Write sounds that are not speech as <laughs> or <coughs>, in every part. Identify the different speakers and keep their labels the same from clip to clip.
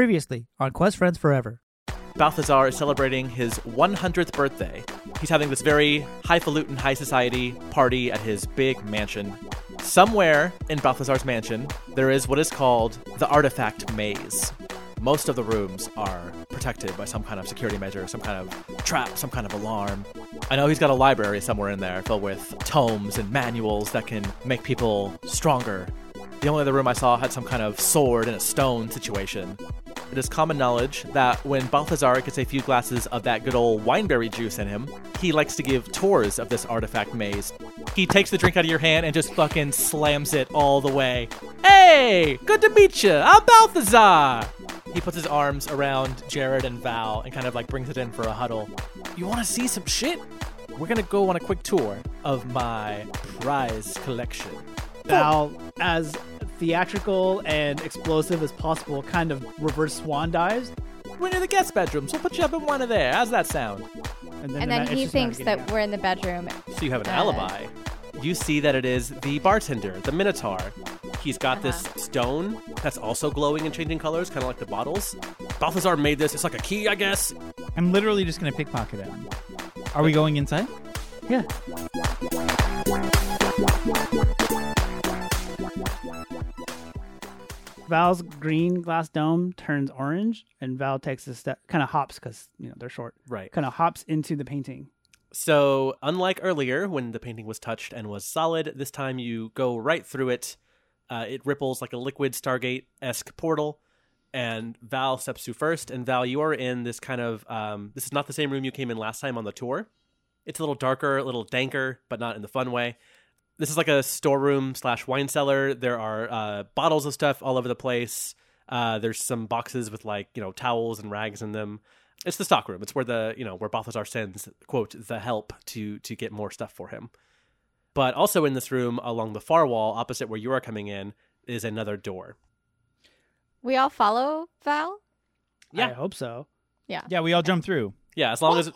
Speaker 1: Previously on Quest Friends Forever.
Speaker 2: Balthazar is celebrating his 100th birthday. He's having this very highfalutin, high society party at his big mansion. Somewhere in Balthazar's mansion, there is what is called the Artifact Maze. Most of the rooms are protected by some kind of security measure, some kind of trap, some kind of alarm. I know he's got a library somewhere in there filled with tomes and manuals that can make people stronger. The only other room I saw had some kind of sword and a stone situation. It is common knowledge that when Balthazar gets a few glasses of that good old wineberry juice in him, he likes to give tours of this artifact maze. He takes the drink out of your hand and just fucking slams it all the way. Hey, good to meet you. I'm Balthazar. He puts his arms around Jared and Val and kind of like brings it in for a huddle. You want to see some shit? We're gonna go on a quick tour of my prize collection.
Speaker 3: Val, as theatrical and explosive as possible, kind of reverse swan dives.
Speaker 2: We're in the guest bedrooms. We'll put you up in one of there. How's that sound?
Speaker 3: then,
Speaker 4: And
Speaker 3: the
Speaker 4: then
Speaker 3: ma- it's
Speaker 4: he
Speaker 3: just a matter of
Speaker 4: thinks
Speaker 3: getting
Speaker 4: that
Speaker 3: out.
Speaker 4: we're in the bedroom.
Speaker 2: So you have an
Speaker 4: Uh,
Speaker 2: alibi. You see that it is the bartender, the Minotaur. He's got this stone that's also glowing and changing colors, kind of like the bottles. Balthazar made this. It's like a key, I guess.
Speaker 5: I'm literally just gonna pickpocket him. Are we going inside?
Speaker 3: Yeah. Val's green glass dome turns orange, and Val takes a step, kind of hops because you know they're short.
Speaker 2: Right.
Speaker 3: Kind of hops into the painting.
Speaker 2: So, unlike earlier when the painting was touched and was solid, this time you go right through it. Uh, it ripples like a liquid Stargate esque portal, and Val steps through first. And Val, you are in this kind of um, this is not the same room you came in last time on the tour. It's a little darker, a little danker, but not in the fun way. This is like a storeroom slash wine cellar. There are uh, bottles of stuff all over the place. Uh, there's some boxes with like you know towels and rags in them. It's the stock room. It's where the you know where Balthazar sends quote the help to to get more stuff for him. But also in this room, along the far wall, opposite where you are coming in, is another door.
Speaker 4: We all follow Val.
Speaker 2: Yeah.
Speaker 3: I hope so.
Speaker 5: Yeah, we all jump through.
Speaker 2: Yeah, as long as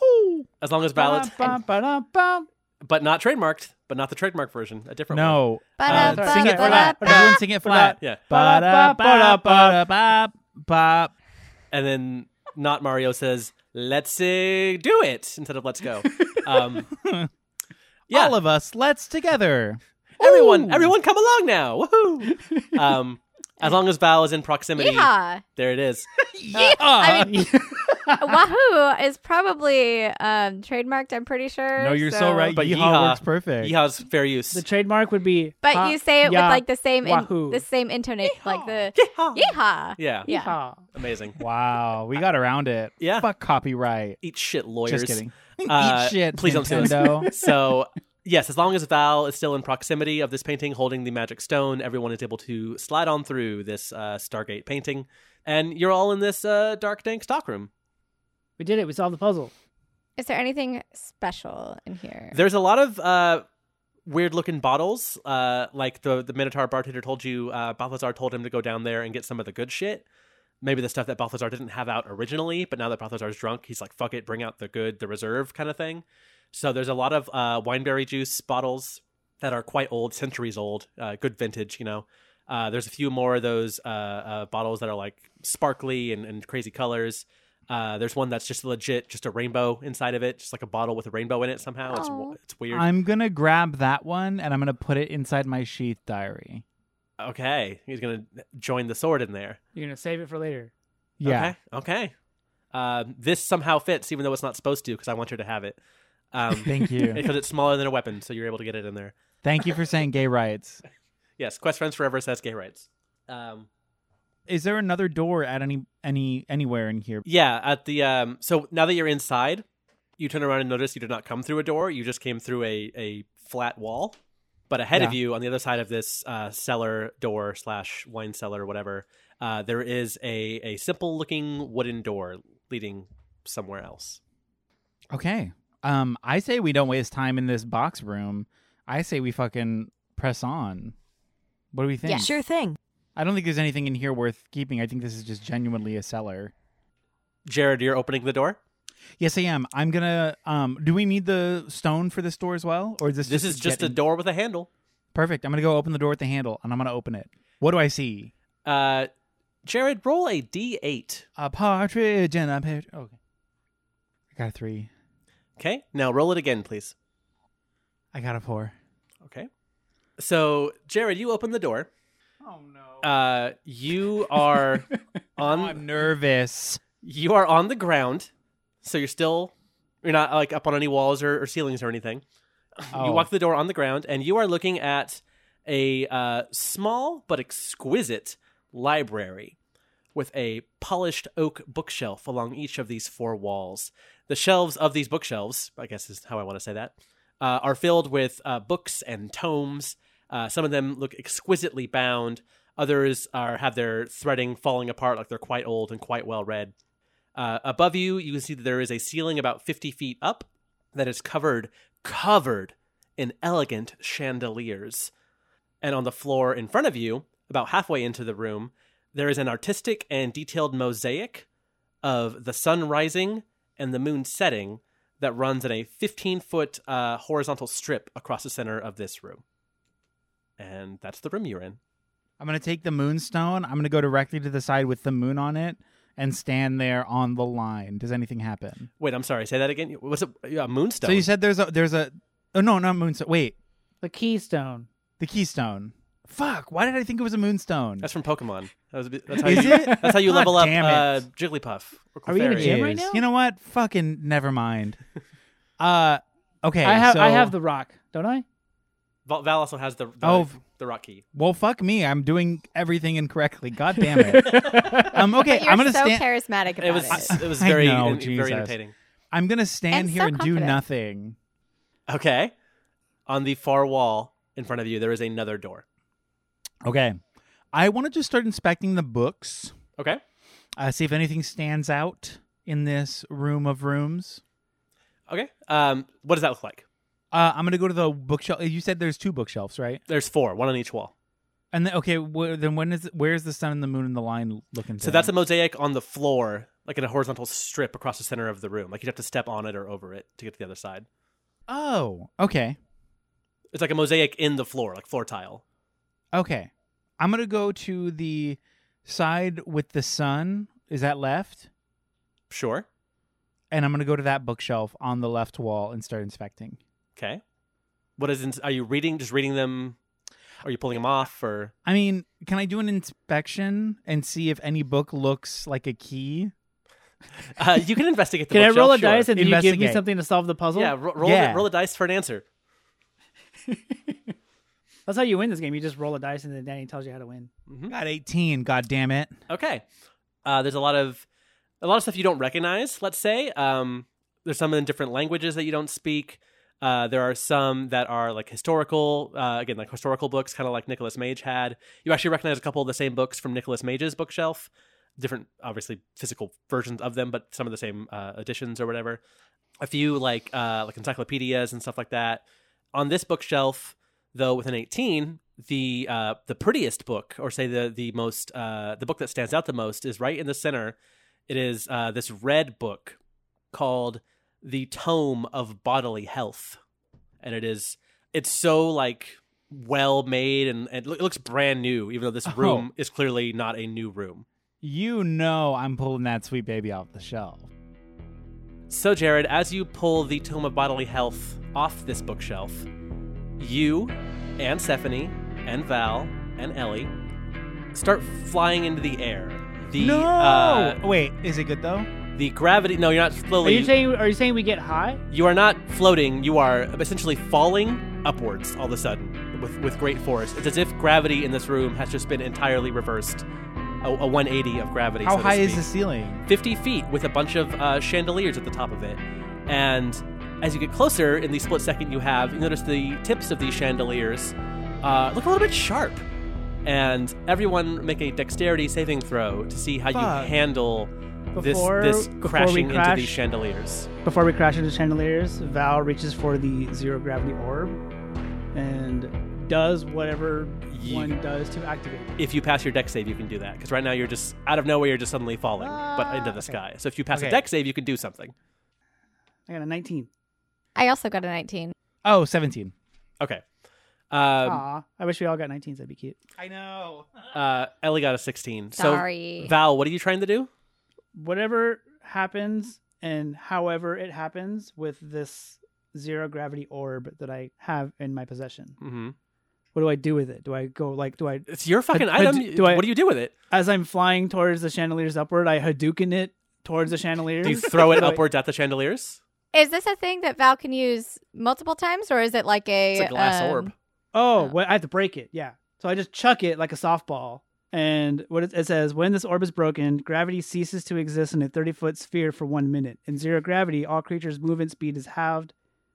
Speaker 2: as long as valid,
Speaker 3: Ba-dum, ba-dum, ba-dum.
Speaker 2: but not trademarked, but not the trademark version, a different one.
Speaker 5: No,
Speaker 4: Ba-da,
Speaker 5: uh,
Speaker 3: ba-
Speaker 5: sing it
Speaker 3: ba-
Speaker 5: flat.
Speaker 3: ba-
Speaker 5: Everyone sing it flat.
Speaker 2: Yeah,
Speaker 5: Ba-da, ba-da, ba-da, ba, ba.
Speaker 2: and then not Mario says, "Let's uh, do it" instead of "Let's go."
Speaker 5: <laughs>
Speaker 2: Um, yeah,
Speaker 5: All of us, let's together.
Speaker 2: everyone, everyone, come along now!
Speaker 5: <laughs>
Speaker 2: Woohoo! Um, as long as Val is in proximity,
Speaker 4: Yeehaw!
Speaker 2: there it is.
Speaker 5: Yeah.
Speaker 4: I mean, Wahoo is probably um, trademarked. I'm pretty sure.
Speaker 5: no, you're so, right.
Speaker 2: But
Speaker 5: Yeehaw,
Speaker 2: yeehaw.
Speaker 5: works perfect.
Speaker 2: Yeehaw's fair use.
Speaker 3: The trademark would be.
Speaker 4: But
Speaker 3: ha,
Speaker 4: you say it
Speaker 3: ya,
Speaker 4: with like the same
Speaker 3: Uh, wahoo.
Speaker 4: in, the same intonation, like the
Speaker 2: Yeehaw.
Speaker 4: yeehaw.
Speaker 2: Yeah,
Speaker 4: Yeah.
Speaker 3: ha.
Speaker 2: amazing.
Speaker 5: Wow, we got around it.
Speaker 2: Yeah.
Speaker 5: Fuck <laughs> copyright.
Speaker 2: Eat shit, lawyers.
Speaker 5: Just
Speaker 2: <laughs>
Speaker 5: kidding.
Speaker 2: Uh,
Speaker 5: Eat shit.
Speaker 2: please don't sue us.
Speaker 5: Nintendo.
Speaker 2: so yes, as long as Val is still in proximity of this painting holding the magic stone, everyone is able to slide on through this uh, Stargate painting, and you're all in this uh, dark dank stockroom.
Speaker 3: We did it. We solved the puzzle.
Speaker 4: Is there anything special in here?
Speaker 2: There's a lot of uh, weird looking bottles, uh, like the the Minotaur bartender told you. Uh, Balthazar told him to go down there and get some of the good shit. Maybe the stuff that Balthazar didn't have out originally, but now that Balthazar's drunk, he's like, "Fuck it, bring out the good, the reserve kind of thing." So there's a lot of uh, wineberry juice bottles that are quite old, centuries old, uh, good vintage, you know. Uh, there's a few more of those uh, uh, bottles that are like sparkly and, and crazy colors. Uh, there's one that's just legit, just a rainbow inside of it, just like a bottle with a rainbow in it somehow. It's
Speaker 4: Aw.
Speaker 2: it's weird.
Speaker 5: I'm gonna grab that one and I'm gonna put it inside my sheath diary.
Speaker 2: Okay, he's gonna join the sword in there.
Speaker 3: You're gonna save it for later.
Speaker 5: Yeah.
Speaker 2: Okay. <laughs> okay. Um, this somehow fits, even though it's not supposed to, because I want her to have it. Um,
Speaker 5: Thank
Speaker 2: <laughs>
Speaker 5: you.
Speaker 2: because it's smaller than a weapon, so you're able to get it in there.
Speaker 5: Thank you for saying gay rights.
Speaker 2: Yes, Quest Friends Forever says gay rights. Um,
Speaker 5: Is there another door at any any anywhere in here?
Speaker 2: yeah, at the um, so now that you're inside, you turn around and notice you did not come through a door. You just came through a a flat wall. But ahead of
Speaker 5: Yeah.
Speaker 2: you, on the other side of this uh, cellar door slash wine cellar, whatever, uh, there is a a simple looking wooden door leading somewhere else.
Speaker 5: Okay. Um, I say we don't waste time in this box room. I say we fucking press on. What do we think?
Speaker 4: Yeah.
Speaker 6: Sure thing.
Speaker 5: I don't think there's anything in here worth keeping. I think this is just genuinely a cellar.
Speaker 2: Jared, you're opening the door.
Speaker 5: Yes, I am. I'm gonna. Um, do we need the stone for this door as well, or is this
Speaker 2: This
Speaker 5: just
Speaker 2: is
Speaker 5: to
Speaker 2: just
Speaker 5: get
Speaker 2: a
Speaker 5: in-
Speaker 2: door with a handle.
Speaker 5: Perfect. I'm gonna go open the door with the handle, and I'm gonna open it. What do I see?
Speaker 2: Uh, Jared, roll a d8.
Speaker 5: A partridge and a pear. Okay. I got a three.
Speaker 2: Okay, now roll it again, please.
Speaker 5: I got a four.
Speaker 2: Okay. So, Jared, you open the door.
Speaker 5: Oh no.
Speaker 2: Uh, you are on
Speaker 5: I'm nervous.
Speaker 2: you are on the ground, so you're still you're not like up on any walls or, or ceilings or anything. <laughs> You
Speaker 5: Oh.
Speaker 2: walk through the door on the ground, and you are looking at a uh, small but exquisite library with a polished oak bookshelf along each of these four walls. The shelves of these bookshelves, I guess is how I want to say that, uh, are filled with uh, books and tomes. Uh, some of them look exquisitely bound. Others are have their threading falling apart, like they're quite old and quite well read. Uh, above you, you can see that there is a ceiling about 50 feet up that is covered, covered in elegant chandeliers. And on the floor in front of you, about halfway into the room, there is an artistic and detailed mosaic of the sun rising and the moon setting that runs in a 15 foot uh, horizontal strip across the center of this room. And that's the room you're in.
Speaker 5: I'm gonna take the moonstone. I'm gonna go directly to the side with the moon on it and stand there on the line. Does anything happen?
Speaker 2: Wait, I'm sorry. Say that again. What's it? Yeah, moonstone.
Speaker 5: So you said there's a there's a oh no not moonstone. Wait,
Speaker 3: The keystone.
Speaker 5: the keystone. Fuck! Why did I think it was a moonstone?
Speaker 2: That's from Pokemon. That was a bit, that's how
Speaker 5: Is
Speaker 2: you,
Speaker 5: it?
Speaker 2: <laughs> That's how you
Speaker 5: God
Speaker 2: level up
Speaker 5: damn it.
Speaker 2: uh, Jigglypuff. Or
Speaker 3: Are we in a
Speaker 2: Clefairy.
Speaker 3: gym right now?
Speaker 5: You know what? Fucking never mind. Uh, okay.
Speaker 3: I have
Speaker 5: so-
Speaker 3: I have the rock, don't I?
Speaker 2: Val, Val also has the the,
Speaker 5: Oh, v-
Speaker 2: the rock key.
Speaker 5: Well, fuck me. I'm doing everything incorrectly. God damn
Speaker 3: <laughs>
Speaker 5: it. um, okay,
Speaker 4: <laughs> But you're
Speaker 5: I'm gonna
Speaker 4: so
Speaker 5: stand.
Speaker 4: charismatic about
Speaker 2: It was
Speaker 4: it.
Speaker 2: it
Speaker 3: <laughs>
Speaker 2: was
Speaker 5: I
Speaker 2: very
Speaker 5: know,
Speaker 2: en-
Speaker 5: Jesus.
Speaker 2: very entertaining.
Speaker 5: I'm gonna stand
Speaker 4: And
Speaker 5: here
Speaker 4: so
Speaker 5: and do
Speaker 4: confident.
Speaker 5: nothing.
Speaker 2: Okay, on the far wall in front of you, there is another door.
Speaker 5: Okay. I want to just start inspecting the books.
Speaker 2: Okay,
Speaker 5: Uh, see if anything stands out in this room of rooms.
Speaker 2: okay. Um, what does that look like?
Speaker 5: Uh, I'm gonna go to the bookshelf. You said there's two bookshelves, right?
Speaker 2: There's four, one on each wall.
Speaker 5: And then, okay, wh- then when is where's the sun and the moon and the line looking?
Speaker 2: So that's a mosaic on the floor, like in a horizontal strip across the center of the room. Like you'd have to step on it or over it to get to the other side.
Speaker 5: oh, okay,
Speaker 2: It's like a mosaic in the floor, like floor tile.
Speaker 5: okay. I'm gonna go to the side with the sun. Is that left?
Speaker 2: Sure.
Speaker 5: And I'm gonna go to that bookshelf on the left wall and start inspecting.
Speaker 2: Okay. What is? In, are you reading? Just reading them? Are you pulling them off? Or
Speaker 5: I mean, can I do an inspection and see if any book looks like a key?
Speaker 2: uh, you can investigate the
Speaker 3: Can I
Speaker 2: bookshelf,
Speaker 3: roll a
Speaker 2: sure.
Speaker 3: dice and do you give me
Speaker 5: Investigate.
Speaker 3: something to solve the puzzle?
Speaker 2: Yeah, ro- roll,
Speaker 5: Yeah.
Speaker 2: A, roll a dice for an answer.
Speaker 3: That's how you win this game. You just roll a dice and then Danny tells you how to win.
Speaker 5: Got 18. God damn it.
Speaker 2: Okay. Uh, there's a lot of a lot of stuff you don't recognize. Let's say um, there's some in different languages that you don't speak. Uh, there are some that are like historical, uh, again, like historical books, kind of like Nicholas Mage had. You actually recognize a couple of the same books from Nicholas Mage's bookshelf, different, obviously, physical versions of them, but some of the same uh, editions or whatever. A few like uh, like encyclopedias and stuff like that. On this bookshelf, though with an 18 the uh the prettiest book or say the the most uh the book that stands out the most is right in the center it is uh this red book called the tome of bodily health and it is it's so like well made and, and it looks brand new even though this
Speaker 5: Oh.
Speaker 2: room is clearly not a new room
Speaker 5: You know I'm pulling that sweet baby off the shelf.
Speaker 2: So, Jared, as you pull the Tome of Bodily Health off this bookshelf, you and Stephanie and Val and Ellie start flying into the air. The
Speaker 5: no.
Speaker 2: uh,
Speaker 5: Wait, is it good though?
Speaker 2: the gravity. No, you're not
Speaker 3: Are
Speaker 2: slowly.
Speaker 3: you saying are you saying we get high?
Speaker 2: you are not floating. You are essentially falling upwards all of a sudden with with great force. It's as if gravity in this room has just been entirely reversed. A, a 180 of gravity.
Speaker 5: How
Speaker 2: so to
Speaker 5: high is
Speaker 2: speak.
Speaker 5: the ceiling?
Speaker 2: 50 feet with a bunch of uh, chandeliers at the top of it. And as you get closer, in the split second you have, you notice the tips of these chandeliers uh, look a little bit sharp. And everyone make a dexterity saving throw to see how
Speaker 5: Fuck.
Speaker 2: you handle
Speaker 3: Before-
Speaker 2: this
Speaker 3: before
Speaker 2: this
Speaker 3: we
Speaker 2: crashing into
Speaker 3: crash.
Speaker 2: these chandeliers.
Speaker 3: Before we crash into chandeliers, Val reaches for the zero gravity orb and does whatever
Speaker 2: Ye-
Speaker 3: one does to activate it.
Speaker 2: If you pass your dex save, you can do that because right now you're just out of nowhere. You're just suddenly falling, but into the
Speaker 3: Ah,
Speaker 2: sky. So if you pass
Speaker 5: Okay.
Speaker 2: a dex save, you can do something.
Speaker 3: I got a 19.
Speaker 4: I also got a 19.
Speaker 5: Oh, 17.
Speaker 2: Okay. Um,
Speaker 3: Aw, I wish we all got 19s. That'd be cute.
Speaker 5: I <laughs> know.
Speaker 2: uh, Ellie got a 16.
Speaker 4: Sorry.
Speaker 2: So, Val, what are you trying to do?
Speaker 3: Whatever happens and however it happens with this zero gravity orb that I have in my possession,
Speaker 2: Mm-hmm.
Speaker 3: what do I do with it? Do I go like, do I,
Speaker 2: It's your fucking
Speaker 3: I- I
Speaker 2: item.
Speaker 3: d- do I-
Speaker 2: what do you do with it?
Speaker 3: as I'm flying towards the chandeliers upward, I Hadouken it towards the chandeliers?
Speaker 2: Do you throw
Speaker 3: <laughs>
Speaker 2: it
Speaker 3: Do I-
Speaker 2: upwards at the chandeliers?
Speaker 4: is this a thing that Val can use multiple times, or is it like a,
Speaker 2: It's a glass
Speaker 4: um,
Speaker 2: orb.
Speaker 3: Oh,
Speaker 4: Oh.
Speaker 3: what I have to break it. Yeah. So I just chuck it like a softball. And what it, it says, when this orb is broken, gravity ceases to exist in a 30 foot sphere for one minute. In zero gravity, all creatures' movement speed is halved.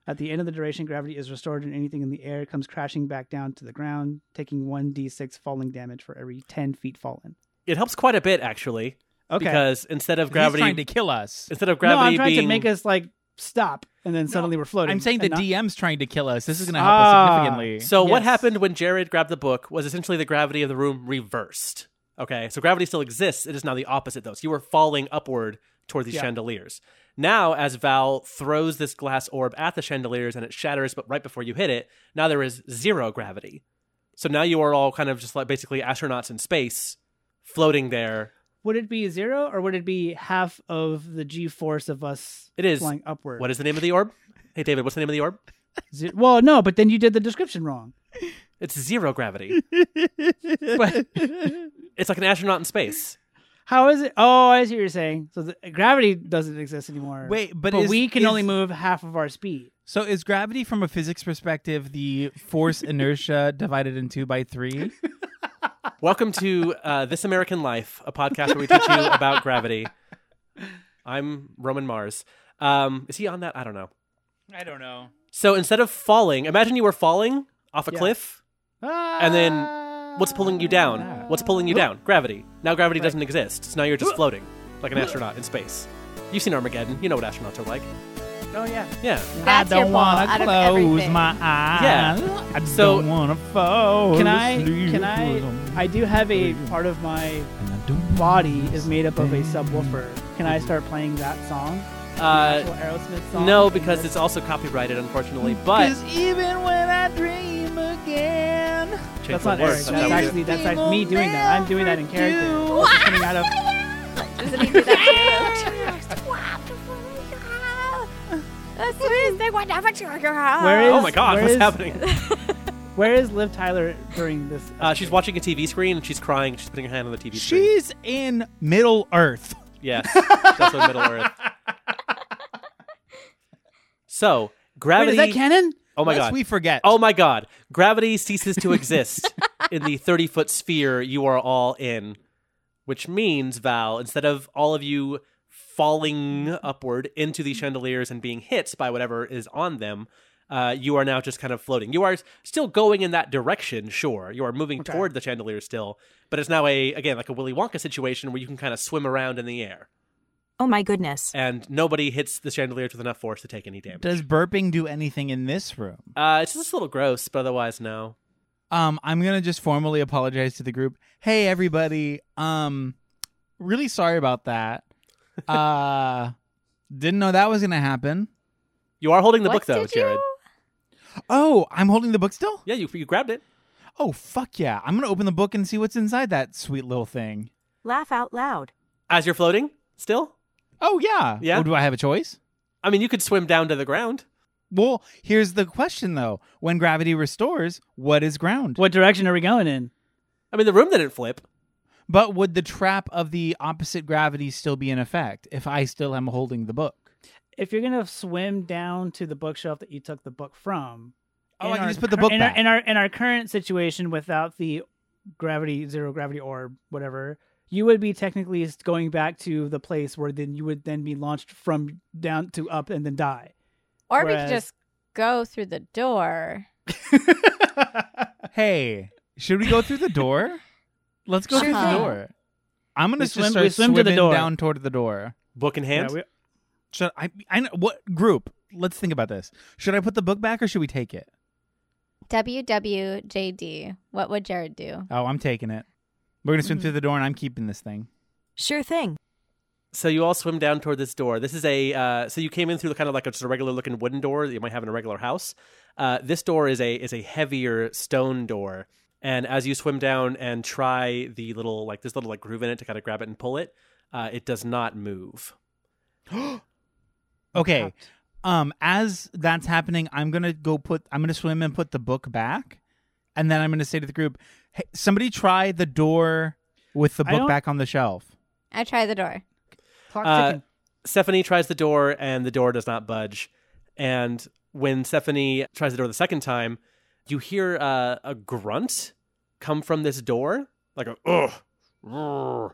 Speaker 3: At the end of the duration, gravity is restored, and anything in the air comes crashing back down to the ground, taking 1d6 falling damage for every 10 feet fallen.
Speaker 2: It helps quite a bit actually,
Speaker 3: Okay.
Speaker 2: because instead of
Speaker 5: Gravity
Speaker 2: gravity,
Speaker 5: trying to kill us.
Speaker 2: instead of
Speaker 3: no, I'm
Speaker 2: gravity
Speaker 3: trying
Speaker 2: being
Speaker 3: to make us like stop, and then suddenly we're floating.
Speaker 5: I'm saying the
Speaker 3: and not-
Speaker 5: DM's trying to kill us. This is going to help
Speaker 3: Ah.
Speaker 5: us significantly.
Speaker 2: So what
Speaker 3: Yes.
Speaker 2: happened when Jared grabbed the book was essentially the gravity of the room reversed. Okay, so gravity still exists. It is now the opposite though. So you were falling upward toward these
Speaker 3: Yeah.
Speaker 2: chandeliers. Now, as Val throws this glass orb at the chandeliers and it shatters, but right before you hit it, now there is zero gravity. So now you are all kind of just like basically astronauts in space, floating there.
Speaker 3: Would it be zero, or would it be half of the g force of us
Speaker 2: It is.
Speaker 3: flying upward?
Speaker 2: What is the name of the orb? Hey David, what's the name of the orb?
Speaker 3: Ze- well, no, but then you did the description wrong.
Speaker 2: It's zero
Speaker 3: <laughs>
Speaker 2: gravity. But- it's like an astronaut in space.
Speaker 3: How is it? Oh, I see what you're saying. So the, gravity doesn't exist anymore.
Speaker 5: Wait, but,
Speaker 3: but,
Speaker 5: is-
Speaker 3: we can
Speaker 5: is-
Speaker 3: only move half of our speed.
Speaker 5: So is gravity from a physics perspective the force inertia divided in two by three?
Speaker 2: Welcome to uh, This American Life, a podcast where we teach you about gravity. I'm Roman Mars. Um, is he on that? I don't know.
Speaker 5: I don't know.
Speaker 2: So instead of falling, imagine you were falling off a
Speaker 3: Yeah.
Speaker 2: cliff.
Speaker 3: And
Speaker 2: then What's pulling you down? What's pulling you down? Gravity. Now gravity doesn't exist. So now you're just floating like an astronaut in space. You've seen Armageddon. You know what astronauts are like.
Speaker 3: Oh yeah.
Speaker 2: Yeah.
Speaker 4: That's
Speaker 5: I
Speaker 4: your
Speaker 5: don't want
Speaker 4: fault out
Speaker 5: to
Speaker 4: of
Speaker 5: close
Speaker 4: everything. <laughs>
Speaker 5: my eyes.
Speaker 2: Yeah.
Speaker 5: I
Speaker 2: So-
Speaker 5: don't want to fall.
Speaker 3: Can I?
Speaker 5: asleep.
Speaker 3: Can I? I do have a part of my
Speaker 5: And I don't
Speaker 3: body is made up of a subwoofer. Can I start playing that song?
Speaker 2: Uh,
Speaker 3: Actual Aerosmith song.
Speaker 2: no,
Speaker 3: in
Speaker 2: because
Speaker 3: this-
Speaker 2: it's also copyrighted, unfortunately.
Speaker 3: Hmm.
Speaker 2: But
Speaker 5: even when I dream again,
Speaker 2: change
Speaker 3: that's
Speaker 2: the
Speaker 3: not
Speaker 2: words,
Speaker 3: Eric.
Speaker 2: so
Speaker 3: That's
Speaker 2: that would-
Speaker 3: actually that's actually me doing that. I'm doing that in character. This is coming out of-
Speaker 4: Doesn't he do that too? As soon as they went down,
Speaker 3: Where is-
Speaker 2: oh my god,
Speaker 3: Where
Speaker 2: what's
Speaker 3: is-
Speaker 2: happening?
Speaker 3: Where is Liv Tyler during this?
Speaker 2: Uh, she's watching a TV screen and she's crying. She's putting her hand on the TV screen.
Speaker 5: she's in Middle Earth.
Speaker 2: Yes, that's what Middle Earth. So
Speaker 3: Wait,
Speaker 2: gravity.
Speaker 3: is that canon?
Speaker 2: oh my
Speaker 5: Lest
Speaker 2: god.
Speaker 5: we forget.
Speaker 2: oh my god. Gravity ceases to exist in the thirty-foot sphere you are all in, which means Val, instead of all of you falling upward into the chandeliers and being hit by whatever is on them. Uh, you are now just kind of floating. You are still going in that direction, sure. You are moving
Speaker 3: Okay.
Speaker 2: toward the chandelier still, but it's now a again like a Willy Wonka situation where you can kind of swim around in the air
Speaker 7: Oh my goodness.
Speaker 2: and nobody hits the chandeliers with enough force to take any damage.
Speaker 5: Does burping do anything in this room?
Speaker 2: Uh, it's just a little gross, but otherwise, no.
Speaker 5: Um, I'm gonna just formally apologize to the group. Hey, everybody. Um, really sorry about
Speaker 2: <laughs>
Speaker 5: that. Uh, didn't know that was gonna happen.
Speaker 2: You are holding the
Speaker 4: What
Speaker 2: book, though,
Speaker 4: did
Speaker 2: Jared.
Speaker 4: you-
Speaker 5: Oh, I'm holding the book still.
Speaker 2: Yeah, you, you grabbed it.
Speaker 5: Oh, fuck yeah! I'm gonna open the book and see what's inside that sweet little thing.
Speaker 7: Laugh out loud.
Speaker 2: As you're floating, still?
Speaker 5: Oh yeah.
Speaker 2: Yeah?
Speaker 5: Oh, do I have a choice?
Speaker 2: I mean, you could swim down to the ground.
Speaker 5: Well, here's the question though: When gravity restores, what is ground?
Speaker 3: What direction are we going in?
Speaker 2: I mean, the room didn't flip.
Speaker 5: But would the trap of the opposite gravity still be in effect if I still am holding the book?
Speaker 3: if you're gonna swim down to the bookshelf that you took the book from,
Speaker 5: Oh,
Speaker 3: in
Speaker 5: I can
Speaker 3: our
Speaker 5: just put the
Speaker 3: cur-
Speaker 5: book
Speaker 3: in
Speaker 5: back.
Speaker 3: Our, in our in our current situation without the gravity zero gravity orb whatever, you would be technically s- going back to the place where then you would then be launched from down to up and then die.
Speaker 4: Or we
Speaker 3: Whereas-
Speaker 4: could just go through the door.
Speaker 5: <laughs> Hey, should we go through the door? Let's go
Speaker 4: Sure
Speaker 5: through the
Speaker 4: thing.
Speaker 5: door. I'm gonna
Speaker 3: We
Speaker 5: just
Speaker 3: swim-
Speaker 5: start
Speaker 3: we swim to the
Speaker 5: swimming
Speaker 3: door.
Speaker 5: down toward the door.
Speaker 2: Book in hand.
Speaker 3: Yeah, we- uh,
Speaker 5: Should I? I know what group? Let's think about this. Should I put the book back or should we take it?
Speaker 4: WWJD. What would Jared do?
Speaker 5: Mm. Oh, I'm taking it. We're gonna swim through the door, and I'm keeping this thing.
Speaker 7: Sure thing.
Speaker 2: So you all swim down toward this door. This is a uh, so you came in through kind of like a, just a regular looking wooden door that you might have in a regular house. Uh, this door is a is a heavier stone door, and as you swim down and try the little like this little like groove in it to kind of grab it and pull it, uh, it does not move.
Speaker 5: Okay. Um, as that's happening, I'm gonna go put. I'm gonna swim and put the book back, and then I'm gonna say to the group, "Hey, somebody try the door with the
Speaker 3: I
Speaker 5: book
Speaker 3: don't-
Speaker 5: back on the shelf."
Speaker 4: I try the door.
Speaker 3: Clock
Speaker 2: Uh,
Speaker 3: ticking.
Speaker 2: Stephanie tries the door and the door does not budge. And when Stephanie tries the door the second time, you hear uh, a grunt come from this door, like a ugh. "Rrr,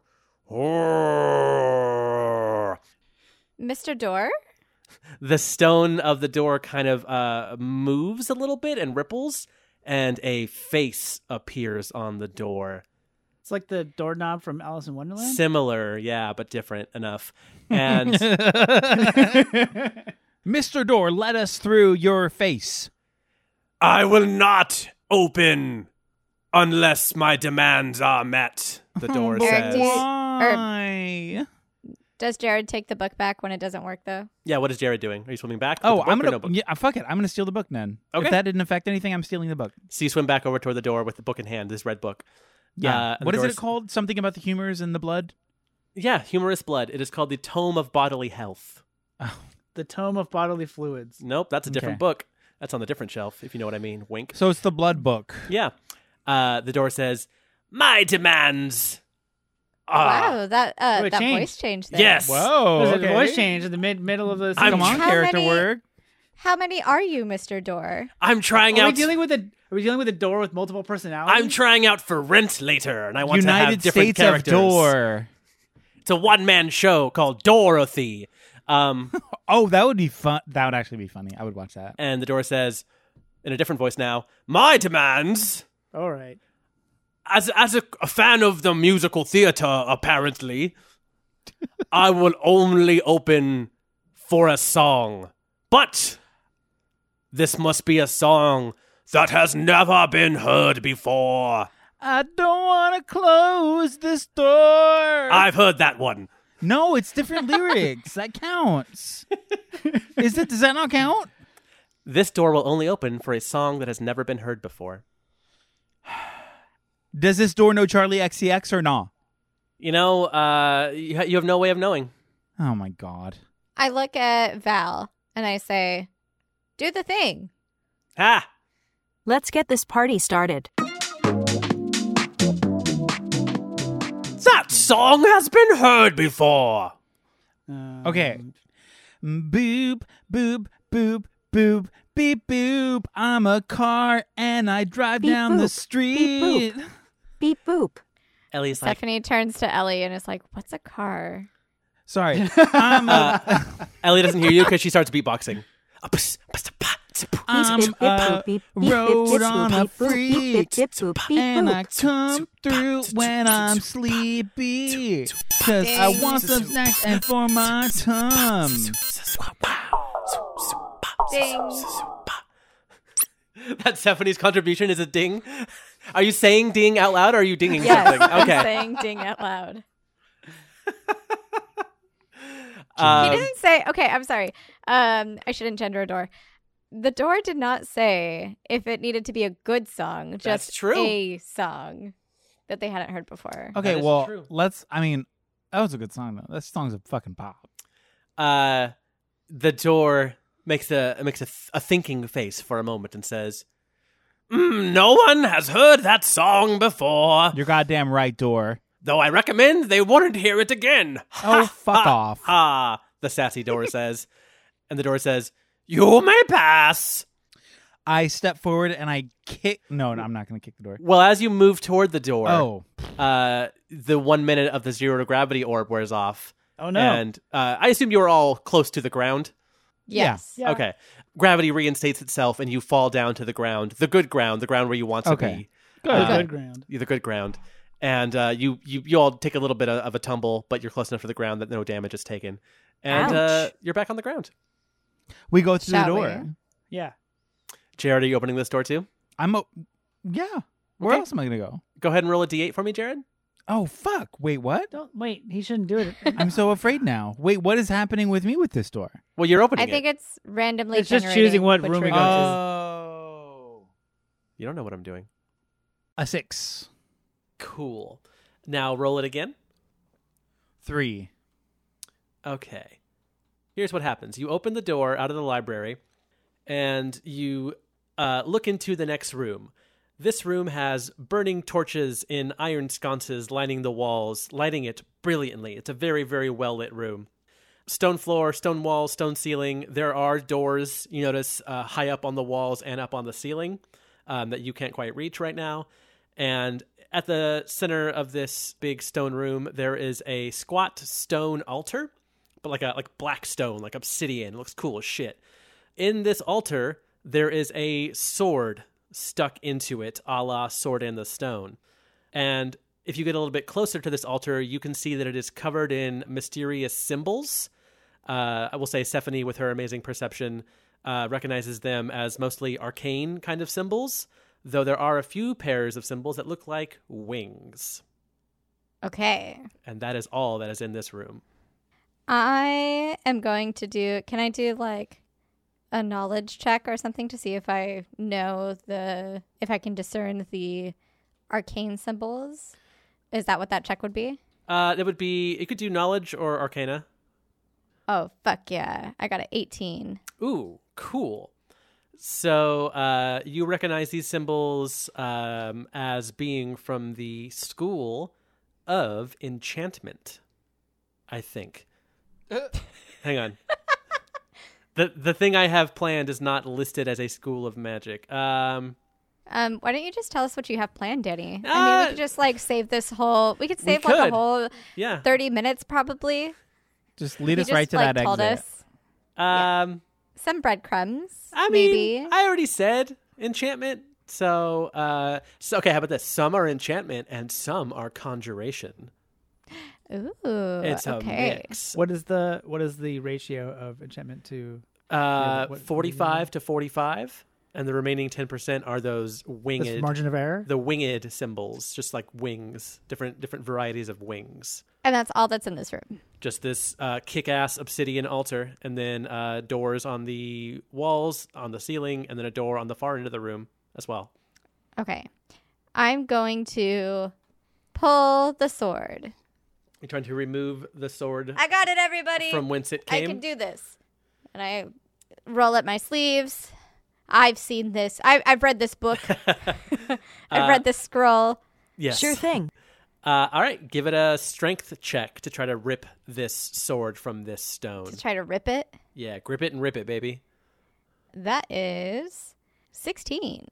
Speaker 2: rrr."
Speaker 4: Mr. Door?
Speaker 2: The stone of the door kind of uh, moves a little bit and ripples, and a face appears on the door.
Speaker 3: It's like the doorknob from Alice in Wonderland.
Speaker 2: Similar, yeah, but different enough. And
Speaker 5: <laughs> Mr. Door, let us through your face.
Speaker 2: I will not open unless my demands are met.
Speaker 5: <laughs>
Speaker 2: The door
Speaker 4: Eric,
Speaker 2: says.
Speaker 4: do you-
Speaker 5: Why?
Speaker 4: Does Jared take the book back when it doesn't work, though?
Speaker 2: Yeah, what is Jared doing? Are you swimming back? with the
Speaker 5: Oh,
Speaker 2: book
Speaker 5: I'm
Speaker 2: or
Speaker 5: gonna
Speaker 2: no book?
Speaker 5: yeah, fuck it. I'm gonna steal the book then.
Speaker 2: Okay.
Speaker 5: If that didn't affect anything, I'm stealing the book.
Speaker 2: So you swim back over toward the door with the book in hand, this red book.
Speaker 5: Yeah.
Speaker 2: Uh, and
Speaker 5: what
Speaker 2: the
Speaker 5: is it
Speaker 2: doors-
Speaker 5: called? Something about the humors and the blood.
Speaker 2: Yeah, humorous blood. It is called the Tome of Bodily Health.
Speaker 3: the tome of bodily fluids.
Speaker 2: Nope, that's a different
Speaker 5: Okay.
Speaker 2: book. That's on the different shelf, if you know what I mean. Wink.
Speaker 5: So it's the blood book.
Speaker 2: Yeah. Uh, the door says, "My demands." Are,
Speaker 4: wow, that uh,
Speaker 3: Oh, it
Speaker 4: that
Speaker 3: changed.
Speaker 4: voice change there.
Speaker 2: Yes.
Speaker 5: Whoa.
Speaker 3: There's
Speaker 5: Oh, okay.
Speaker 3: a voice change in the mid middle of the.
Speaker 2: I'm-
Speaker 5: Come on,
Speaker 4: How
Speaker 5: character
Speaker 4: many-
Speaker 5: work.
Speaker 4: How many are you, Mr. Door?
Speaker 2: I'm trying
Speaker 3: Are we
Speaker 2: out.
Speaker 3: dealing with a? Are we dealing with a door with multiple personalities?
Speaker 2: I'm trying out for rent later, and I want to have
Speaker 5: United
Speaker 2: different
Speaker 5: States
Speaker 2: characters.
Speaker 5: of Door.
Speaker 2: It's a one man show called Dorothy. <laughs> Um,
Speaker 5: Oh, that would be fun. That would actually be funny. I would watch that.
Speaker 2: and the door says, in a different voice now, My demands,
Speaker 3: All right.
Speaker 2: as, as a, a fan of the musical theater, apparently, I will only open for a song. But this must be a song that has never been heard before.
Speaker 5: I don't want to close this door. I...
Speaker 2: I've heard that one.
Speaker 5: No, it's different lyrics. That <laughs> counts. Is it? Does that not count?
Speaker 2: This door will only open for a song that has never been heard before.
Speaker 5: Does this door know Charlie XCX or not?
Speaker 2: You know, uh, you, ha- you have no way of knowing.
Speaker 5: Oh my god.
Speaker 4: I look at Val and I say, "Do the thing."
Speaker 2: Ha!
Speaker 8: Let's get this party started.
Speaker 2: That song has been heard before.
Speaker 3: Um,
Speaker 5: Okay. Boop, boop, boop, boop, beep, boop. I'm a car and I drive
Speaker 8: Beep,
Speaker 5: down the
Speaker 8: boop.
Speaker 5: street.
Speaker 8: Beep, Beep boop.
Speaker 2: Ellie's like,
Speaker 4: Stephanie turns to Ellie and is like, "What's a car?"
Speaker 2: <laughs>
Speaker 5: Sorry. I'm
Speaker 2: Uh,
Speaker 5: a,
Speaker 2: Ellie doesn't hear you because she starts beatboxing.
Speaker 5: I'm a road on a freak. And I come through when I'm sleepy. Cause I want some snacks and for my tum.
Speaker 4: Ding.
Speaker 2: That's Stephanie's contribution is a ding. Are you saying ding out loud or are you dinging
Speaker 4: Yes. <laughs>
Speaker 2: something?
Speaker 4: I'm
Speaker 2: Okay.
Speaker 4: saying ding
Speaker 2: <laughs>
Speaker 4: out loud. he
Speaker 2: Um,
Speaker 4: didn't say. Okay, I'm sorry. Um, I should engender a door. The door did not say if it needed to be a good song, just
Speaker 2: That's true. Oh,
Speaker 4: a song that they hadn't heard before.
Speaker 5: Okay,
Speaker 2: That is
Speaker 5: well,
Speaker 2: true.
Speaker 5: let's. I mean, that was a good song, though. That song's a fucking pop.
Speaker 2: uh, the door makes a makes a, th- a thinking face for a moment and says, "Mm, "No one has heard that song before,
Speaker 5: You're goddamn right, door.
Speaker 2: though I recommend they wouldn't hear it again."
Speaker 5: Oh, fuck
Speaker 2: <laughs> ha,
Speaker 5: off.
Speaker 2: Ha! Ah, The sassy door says, and the door says, "You may pass."
Speaker 5: I step forward and I kick. No, no, I'm not going to kick the door.
Speaker 2: Well, as you move toward the door,
Speaker 5: Oh,
Speaker 2: uh, the one minute of the zero to gravity orb wears off.
Speaker 3: Oh no.
Speaker 2: And uh, I assume you were all close to the ground.
Speaker 5: yeah.
Speaker 4: Yes.
Speaker 3: Yeah.
Speaker 2: Okay. Gravity reinstates itself and you fall down to the ground, the good ground, the ground where you want to
Speaker 5: Okay.
Speaker 2: Good.
Speaker 3: The
Speaker 2: Uh,
Speaker 3: good ground.
Speaker 2: be, the good ground. And uh, you, you, you all take a little bit of, of a tumble, but you're close enough to the ground that no damage is taken. And uh,
Speaker 8: Ouch.
Speaker 2: you're back on the ground.
Speaker 5: we go through the
Speaker 4: Shall
Speaker 5: door.
Speaker 4: we?
Speaker 3: Yeah.
Speaker 2: Jared, are you opening this door too?
Speaker 5: I'm a. Yeah. Where
Speaker 2: Okay.
Speaker 5: else am I going to go?
Speaker 2: Go ahead and roll a d8 for me, Jared.
Speaker 5: Oh fuck! Wait, what?
Speaker 3: Don't wait. He shouldn't do <laughs> it.
Speaker 5: I'm so afraid now. Wait, what is happening with me with this door?
Speaker 9: Well, you're opening
Speaker 4: I think
Speaker 9: it.
Speaker 4: it's randomly.
Speaker 3: It's just
Speaker 4: generating
Speaker 3: choosing what
Speaker 4: which
Speaker 3: room we go to.
Speaker 4: is.
Speaker 9: Oh. You don't know what I'm doing.
Speaker 5: A six,
Speaker 2: Cool. Now roll it again.
Speaker 5: three.
Speaker 2: Okay. Here's what happens you open the door out of the library and you uh, look into the next room. This room has burning torches in iron sconces lining the walls, lighting it brilliantly. It's a very, very well lit room. Stone floor, stone wall, stone ceiling. There are doors, you notice, uh, high up on the walls and up on the ceiling um, that you can't quite reach right now. And at the center of this big stone room, there is a squat stone altar, but like a like black stone, like obsidian. It looks cool as shit. In this altar, there is a sword stuck into it, a la sword in the stone. And if you get a little bit closer to this altar, you can see that it is covered in mysterious symbols. Uh, I will say Stephanie, with her amazing perception, uh, recognizes them as mostly arcane kind of symbols, though there are a few pairs of symbols that look like wings.
Speaker 4: Okay.
Speaker 2: And that is all that is in this room.
Speaker 4: I am going to do. Can I do like a knowledge check or something to see if I know the if I can discern the arcane symbols? Is that what that check would be?
Speaker 2: Uh, that would be, it could do knowledge or arcana.
Speaker 4: Oh fuck yeah! I got an eighteen.
Speaker 2: Ooh, cool. So uh, you recognize these symbols um, as being from the school of enchantment, I think. Uh. Hang on. the The thing I have planned is not listed as a school of magic. Um,
Speaker 4: Um, why don't you just tell us what you have planned, Danny? I mean,
Speaker 2: Uh,
Speaker 4: we could just like save this whole. Ah! We could save like
Speaker 2: could.
Speaker 4: a whole
Speaker 2: yeah.
Speaker 4: thirty minutes probably.
Speaker 5: Just lead
Speaker 4: You
Speaker 5: us right
Speaker 4: just,
Speaker 5: to
Speaker 4: like,
Speaker 5: that
Speaker 4: told
Speaker 5: exit.
Speaker 4: us
Speaker 2: Um,
Speaker 4: some breadcrumbs.
Speaker 2: I mean,
Speaker 4: maybe.
Speaker 2: I already said enchantment. So, uh, so okay. How about this? Some are enchantment, and some are conjuration.
Speaker 4: Ooh,
Speaker 2: It's a
Speaker 4: Uh, okay.
Speaker 2: mix.
Speaker 3: What is the what is the ratio of enchantment to
Speaker 2: Uh,
Speaker 3: what- what do you
Speaker 2: 45 to 45 and the remaining 10% are those
Speaker 3: this
Speaker 2: winged
Speaker 3: margin of error?
Speaker 2: the winged symbols just like wings different different varieties of wings
Speaker 4: And that's all that's in this room.
Speaker 2: just this uh, kick-ass obsidian altar and then uh, doors on the walls on the ceiling and then a door on the far end of the room as well
Speaker 4: Okay. I'm going to pull the sword.
Speaker 2: you're trying to remove the sword
Speaker 4: I got it, everybody.
Speaker 2: from whence it
Speaker 4: I
Speaker 2: came
Speaker 4: can do this. And I roll up my sleeves. I've seen this. I, I've read this
Speaker 2: <laughs>
Speaker 4: book. <laughs> I've
Speaker 2: Uh,
Speaker 4: read this scroll.
Speaker 2: yes
Speaker 8: Sure thing.
Speaker 2: uh, all right give it a strength check to try to rip this sword from this stone
Speaker 4: to try to rip it.
Speaker 2: yeah grip it and rip it baby
Speaker 4: That is 16.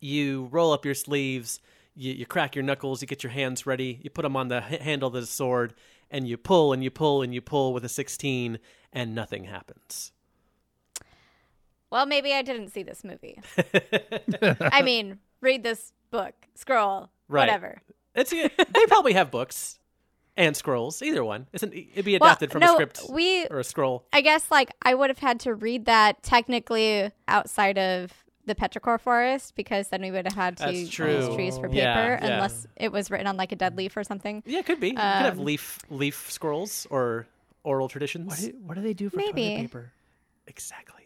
Speaker 2: you roll up your sleeves, you, you crack your knuckles, you get your hands ready, you put them on the h- handle of the sword, and you pull and you pull and you pull with a 16, and nothing happens.
Speaker 4: Well, maybe I didn't see this movie.
Speaker 2: <laughs>
Speaker 4: I mean, read this book, scroll,
Speaker 2: Right.
Speaker 4: whatever.
Speaker 2: It's <laughs> they probably have books and scrolls, either one. It's an, it'd be
Speaker 4: Well,
Speaker 2: adapted from a
Speaker 4: no,
Speaker 2: script
Speaker 4: We,
Speaker 2: or a scroll.
Speaker 4: I guess, like I would have had to read that technically outside of the petrichor forest because then we would have had to
Speaker 2: That's
Speaker 4: use
Speaker 2: true.
Speaker 4: trees for paper
Speaker 2: Yeah, yeah.
Speaker 4: unless it was written on like a dead leaf or something.
Speaker 2: Yeah, it could be. you could have
Speaker 4: Um,
Speaker 2: leaf leaf scrolls or oral traditions.
Speaker 3: What do, what do they do for
Speaker 4: Maybe.
Speaker 3: toilet paper?
Speaker 2: exactly.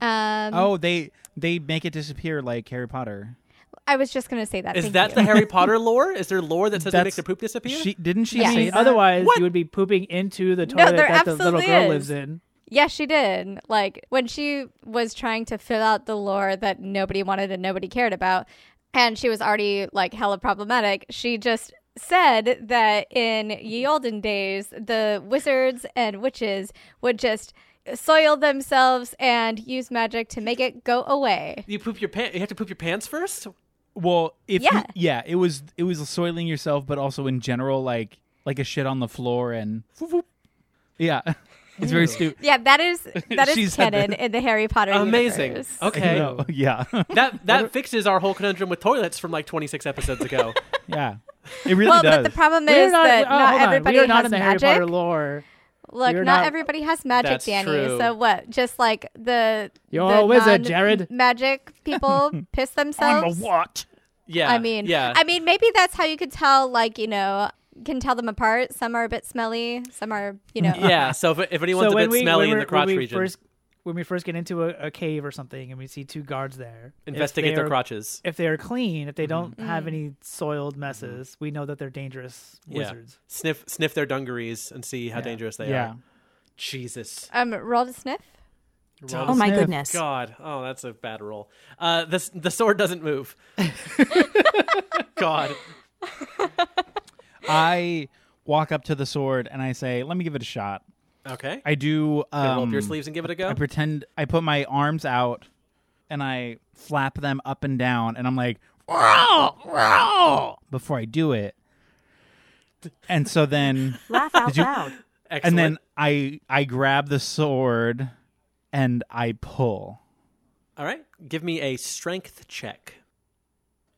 Speaker 4: Um,
Speaker 5: Oh, they they make it disappear like Harry Potter.
Speaker 4: I was just gonna say that.
Speaker 2: Is
Speaker 4: Uh, thank
Speaker 2: that
Speaker 4: you.
Speaker 2: the
Speaker 4: <laughs>
Speaker 2: Harry Potter lore? Is there lore that says they make
Speaker 5: That's-
Speaker 2: the poop disappear?
Speaker 5: She didn't she
Speaker 4: Yes.
Speaker 5: say
Speaker 4: Jeez,
Speaker 5: that?
Speaker 3: Otherwise,
Speaker 2: What?
Speaker 3: you would be pooping into the
Speaker 4: No,
Speaker 3: toilet
Speaker 4: there
Speaker 3: that the little
Speaker 4: absolutely
Speaker 3: girl
Speaker 4: is.
Speaker 3: lives in.
Speaker 4: Yes, she did. Like when she was trying to fill out the lore that nobody wanted and nobody cared about, and she was already like hella problematic, she just said that in ye olden days, the wizards and witches would just soil themselves and use magic to make it go away.
Speaker 2: you poop your pants. You have to poop your pants first.
Speaker 5: Well, if you-
Speaker 4: Yeah.
Speaker 5: yeah, it was it was soiling yourself, but also in general, like like a shit on the floor and <laughs> yeah, it's very stupid.
Speaker 4: Yeah, that
Speaker 3: <laughs>
Speaker 4: is that
Speaker 5: She
Speaker 4: is
Speaker 5: said
Speaker 4: canon
Speaker 5: that.
Speaker 4: in the Harry Potter
Speaker 2: Amazing.
Speaker 4: universe.
Speaker 2: Okay.
Speaker 5: No, <laughs> yeah,
Speaker 2: that
Speaker 3: <laughs>
Speaker 2: that fixes our whole conundrum with toilets from like 26 episodes
Speaker 4: <laughs>
Speaker 2: ago.
Speaker 5: yeah. It really
Speaker 4: well,
Speaker 5: does.
Speaker 4: but the problem
Speaker 3: We're
Speaker 4: is
Speaker 3: not,
Speaker 4: that
Speaker 3: oh,
Speaker 4: not
Speaker 3: hold on.
Speaker 4: everybody
Speaker 3: we are not
Speaker 4: has
Speaker 3: in the
Speaker 4: magic.
Speaker 3: Harry Potter lore.
Speaker 4: Look,
Speaker 3: You're
Speaker 4: not,
Speaker 3: not-
Speaker 4: everybody has magic,
Speaker 2: That's
Speaker 4: Danny.
Speaker 2: true.
Speaker 4: So what? Just like the
Speaker 3: You're
Speaker 4: the
Speaker 3: a wizard,
Speaker 4: non-
Speaker 3: Jared. <laughs>
Speaker 4: Magic people piss themselves.
Speaker 5: what?
Speaker 2: Yeah.
Speaker 4: I mean,
Speaker 2: yeah.
Speaker 4: I mean, maybe that's how you could tell, like, you know, can tell them apart. Some are a bit smelly, some are, you know.
Speaker 2: yeah. So if, if anyone's
Speaker 3: so
Speaker 2: a
Speaker 3: when
Speaker 2: bit
Speaker 3: we,
Speaker 2: smelly
Speaker 3: when
Speaker 2: in
Speaker 3: we're-
Speaker 2: the crotch
Speaker 3: when we
Speaker 2: region,
Speaker 3: First, when we first get into a, a cave or something and we see two guards there, if
Speaker 2: investigate
Speaker 3: they
Speaker 2: their Mm-hmm.
Speaker 3: are-
Speaker 2: crotches.
Speaker 3: If they are clean, if they don't
Speaker 4: Mm.
Speaker 3: have any soiled messes, we know that they're dangerous
Speaker 2: Mm-hmm. Yeah.
Speaker 3: wizards.
Speaker 2: Sniff sniff their dungarees and see how
Speaker 3: Yeah.
Speaker 2: dangerous they
Speaker 5: yeah.
Speaker 2: are. Jesus.
Speaker 4: Um, roll to sniff.
Speaker 2: Roll
Speaker 8: Oh my
Speaker 5: Sniff.
Speaker 8: goodness.
Speaker 2: God. Oh, that's a bad roll. Uh, the s- the sword doesn't move.
Speaker 4: <laughs>
Speaker 2: God.
Speaker 5: I walk up to the sword and I say, "Let me give it a shot."
Speaker 2: Okay.
Speaker 5: I do.
Speaker 2: Gonna
Speaker 5: Um,
Speaker 2: roll up your sleeves and give it a go.
Speaker 5: I pretend I put my arms out and I flap them up and down and I'm like "Rawr, rawr," before I do it. And so
Speaker 2: <laughs>
Speaker 5: then
Speaker 8: Laugh out
Speaker 5: you-
Speaker 8: loud.
Speaker 2: Excellent.
Speaker 5: and then I I grab the sword and I pull.
Speaker 2: all right, give me a strength check.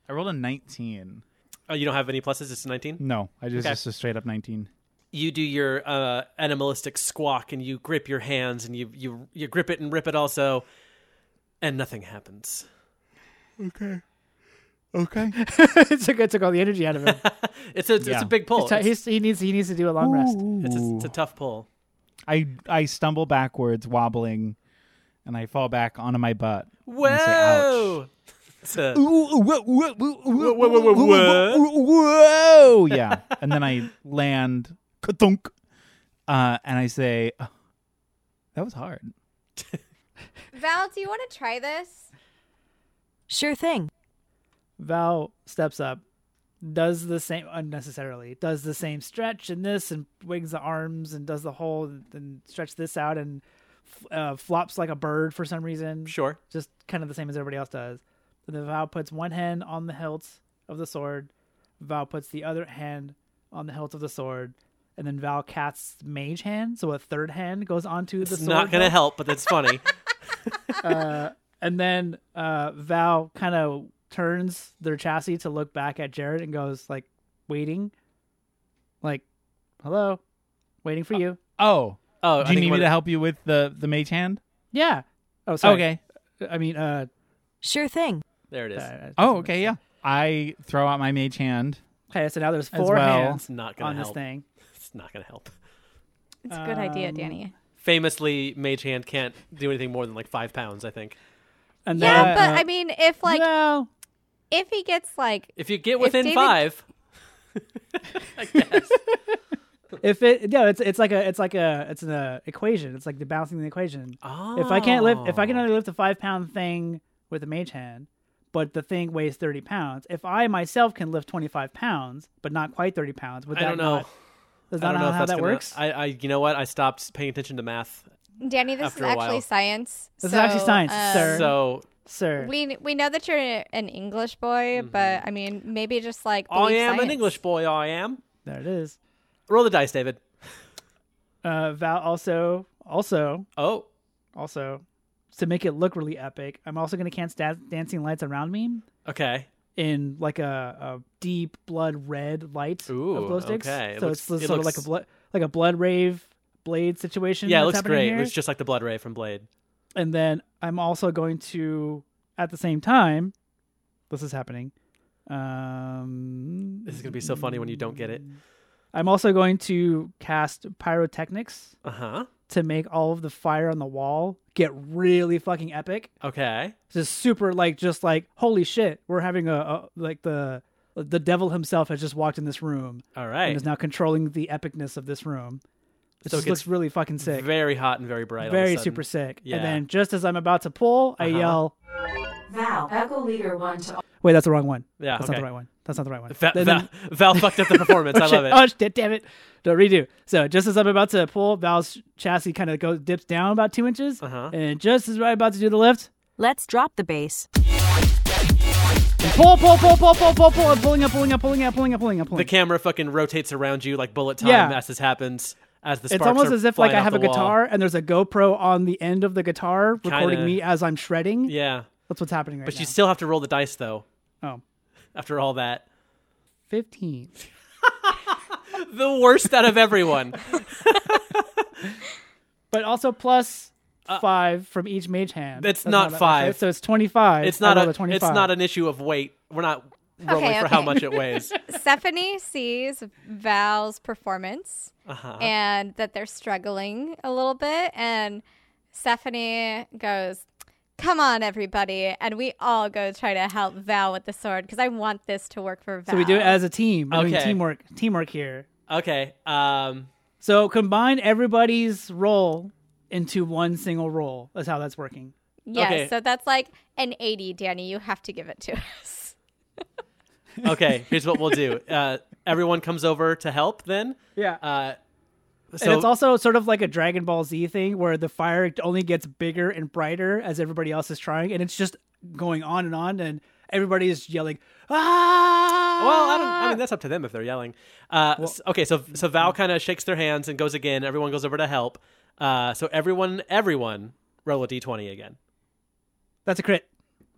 Speaker 5: I rolled a 19.
Speaker 2: Oh, you don't have any pluses. It's nineteen.
Speaker 5: No, I just
Speaker 2: Okay.
Speaker 5: just a straight up 19.
Speaker 2: you do your uh, animalistic squawk and you grip your hands and you you you grip it and rip it also, and nothing happens.
Speaker 5: Okay. <laughs> Okay.
Speaker 3: <laughs> it, took, it took all the energy out
Speaker 2: <laughs>
Speaker 3: of him.
Speaker 2: It's a it's
Speaker 5: Yeah.
Speaker 2: a big pull.
Speaker 3: He's ti-
Speaker 2: It's,
Speaker 3: he's- he needs he needs to do a long rest.
Speaker 2: it's a, it's a tough pull.
Speaker 5: I I stumble backwards wobbling and I fall back onto my butt. and I say, "Ouch."
Speaker 2: Whoa! <laughs> It's a-
Speaker 5: Whoa! Yeah, and then I land, ka-thunk, uh, and I say, "Oh, "That was hard."
Speaker 4: Val, do you want to try this?
Speaker 8: Sure thing.
Speaker 3: Val steps up, does the same unnecessarily, does the same stretch and this, and wigs the arms and does the whole and stretch this out and f- uh, flops like a bird for some reason,
Speaker 2: sure.
Speaker 3: just kind of the same as everybody else does. And then Val puts one hand on the hilt of the sword, Val puts the other hand on the hilt of the sword, and then Val casts mage hand, so a third hand goes onto the
Speaker 2: It's
Speaker 3: sword.
Speaker 2: not gonna
Speaker 3: hilt
Speaker 2: help, but that's funny.
Speaker 3: uh, and then uh, Val kind of turns their chassis to look back at Jared and goes like, waiting, like, hello, waiting for you.
Speaker 5: Oh,
Speaker 2: Oh,
Speaker 5: do you need me to help you with the the mage hand?
Speaker 3: Yeah. Oh, sorry.
Speaker 5: Okay.
Speaker 3: I mean, uh,
Speaker 8: Sure thing.
Speaker 2: There it is.
Speaker 3: uh,
Speaker 5: Oh, okay. Yeah, I throw out my mage hand.
Speaker 3: okay. So now there's
Speaker 5: As
Speaker 3: four
Speaker 5: well.
Speaker 3: hands
Speaker 2: It's not gonna
Speaker 3: on this
Speaker 2: help.
Speaker 3: thing.
Speaker 2: It's not gonna help.
Speaker 4: It's a good idea,
Speaker 3: Um,
Speaker 4: Danny.
Speaker 2: Famously, mage hand can't do anything more than like five pounds. I think.
Speaker 3: And
Speaker 4: Yeah,
Speaker 3: then,
Speaker 4: but
Speaker 3: uh,
Speaker 4: I mean, if like
Speaker 3: well,
Speaker 4: if he gets like
Speaker 2: If you get within <laughs>
Speaker 4: David-
Speaker 2: five,
Speaker 3: if it no, it's it's like a it's like a it's an uh, equation. It's like the balancing the equation.
Speaker 2: oh.
Speaker 3: If I can't lift, if I can only lift a five pound thing with a mage hand, but the thing weighs thirty pounds. If I myself can lift twenty five pounds, but not quite thirty pounds, would
Speaker 2: I
Speaker 3: that
Speaker 2: don't know.
Speaker 3: not- does
Speaker 2: I
Speaker 3: that
Speaker 2: don't know
Speaker 3: not
Speaker 2: if
Speaker 3: how
Speaker 2: that's
Speaker 3: that
Speaker 2: gonna-
Speaker 3: works?
Speaker 2: I, I, you know what? I stopped paying attention to math,
Speaker 4: Danny, this
Speaker 2: After
Speaker 4: is
Speaker 2: a
Speaker 4: actually
Speaker 2: while.
Speaker 4: science.
Speaker 3: This is
Speaker 4: so, um,
Speaker 3: actually science, sir.
Speaker 2: so
Speaker 3: Sir,
Speaker 4: We we know that you're an English boy, but I mean, maybe just like
Speaker 2: I
Speaker 4: believe
Speaker 2: am an
Speaker 4: science.
Speaker 2: English boy. I am.
Speaker 3: there it is.
Speaker 2: Roll the dice, David.
Speaker 3: Uh, Val also also
Speaker 2: Oh,
Speaker 3: also to make it look really epic. I'm also gonna cast da- dancing lights around me
Speaker 2: okay.
Speaker 3: in like a, a deep blood red light
Speaker 2: Ooh,
Speaker 3: of glow sticks.
Speaker 2: okay. It
Speaker 3: So
Speaker 2: looks-
Speaker 3: it's
Speaker 2: it
Speaker 3: sort of
Speaker 2: looks-
Speaker 3: like a blood like a blood rave blade situation.
Speaker 2: Yeah, it
Speaker 3: that's
Speaker 2: looks
Speaker 3: happening
Speaker 2: great. It
Speaker 3: here.
Speaker 2: looks just like the blood ray from Blade.
Speaker 3: and then I'm also going to, at the same time, this is happening. Um,
Speaker 2: This is gonna be so funny when you don't get it.
Speaker 3: I'm also going to cast pyrotechnics
Speaker 2: Uh huh.
Speaker 3: to make all of the fire on the wall get really fucking epic.
Speaker 2: Okay.
Speaker 3: Just super, like, just like, holy shit, we're having a, a like the the devil himself has just walked in this room
Speaker 2: All
Speaker 3: and
Speaker 2: right.
Speaker 3: is now controlling the epicness of this room. It
Speaker 2: So it
Speaker 3: just
Speaker 2: gets
Speaker 3: looks really fucking sick,
Speaker 2: Very hot and very bright. all of a
Speaker 3: very
Speaker 2: sudden.
Speaker 3: super sick.
Speaker 2: Yeah.
Speaker 3: And then just as I'm about to pull, I
Speaker 2: Uh-huh.
Speaker 3: yell.
Speaker 10: Val, Echo Leader 1 to
Speaker 3: Wait, that's the wrong one.
Speaker 2: Yeah,
Speaker 3: that's
Speaker 2: okay.
Speaker 3: not the right one. That's not the right one.
Speaker 2: Va-
Speaker 3: Then-
Speaker 2: Va- Val fucked up the performance.
Speaker 3: <laughs> oh,
Speaker 2: I
Speaker 3: shit.
Speaker 2: love it.
Speaker 3: Oh shit! Damn it! No, redo. So just as I'm about to pull, Val's chassis kind of goes dips down about two inches,
Speaker 2: Uh-huh.
Speaker 3: and just as I'm about to do the lift,
Speaker 8: Let's drop the bass.
Speaker 3: and pull, pull, pull, pull, pull, pull, pull, and pulling up, pulling up, pulling up, pulling up, pulling up,
Speaker 2: The
Speaker 3: pulling. up.
Speaker 2: camera fucking rotates around you like bullet time
Speaker 3: Yeah.
Speaker 2: as this happens. As the
Speaker 3: It's
Speaker 2: sparks
Speaker 3: almost
Speaker 2: are
Speaker 3: as if like
Speaker 2: flying
Speaker 3: I
Speaker 2: off
Speaker 3: have a
Speaker 2: the wall.
Speaker 3: guitar and there's a GoPro on the end of the guitar recording
Speaker 2: Kinda.
Speaker 3: me as I'm shredding.
Speaker 2: Yeah,
Speaker 3: That's what's happening right
Speaker 2: but
Speaker 3: now.
Speaker 2: you still have to roll the dice though.
Speaker 3: oh,
Speaker 2: After all that,
Speaker 3: 15.
Speaker 2: the worst out of
Speaker 3: <laughs>
Speaker 2: everyone.
Speaker 3: But also plus five from each mage hand.
Speaker 2: Uh, That's
Speaker 3: how
Speaker 2: not
Speaker 3: that works,
Speaker 2: five.
Speaker 3: right? So it's 25.
Speaker 2: It's not
Speaker 3: I rolled
Speaker 2: a.
Speaker 3: a 25.
Speaker 2: It's not an issue of weight. We're not rolling
Speaker 4: Okay,
Speaker 2: for how
Speaker 4: okay.
Speaker 2: much it
Speaker 4: <laughs>
Speaker 2: weighs.
Speaker 4: Stephanie sees Val's performance
Speaker 2: Uh-huh.
Speaker 4: and that they're struggling a little bit. And Stephanie goes, Come on, everybody. And we all go try to help Val with the sword because I want this to work for Val.
Speaker 3: So we do it as a team. We're doing
Speaker 2: Okay.
Speaker 3: teamwork, teamwork here.
Speaker 2: okay. Um,
Speaker 3: So combine everybody's role into one single role. That's how that's working.
Speaker 4: Yeah,
Speaker 2: okay.
Speaker 4: so that's like an 80, Danny. You have to give it to <laughs> us.
Speaker 2: okay. Here's what we'll do. Uh, everyone comes over to help
Speaker 3: <laughs>
Speaker 2: then.
Speaker 3: Yeah.
Speaker 2: Uh,
Speaker 3: and
Speaker 2: so
Speaker 3: it's also sort of like a Dragon Ball Z thing where the fire only gets bigger and brighter as everybody else is trying, and it's just going on and on, and everybody is yelling, "Ah!"
Speaker 2: Well, I, don't, I mean that's up to them if they're yelling. Uh, s- okay, so so Val kind of shakes their hands and goes again. Everyone goes over to help. Uh, so everyone, everyone, roll a d twenty again.
Speaker 3: That's a crit.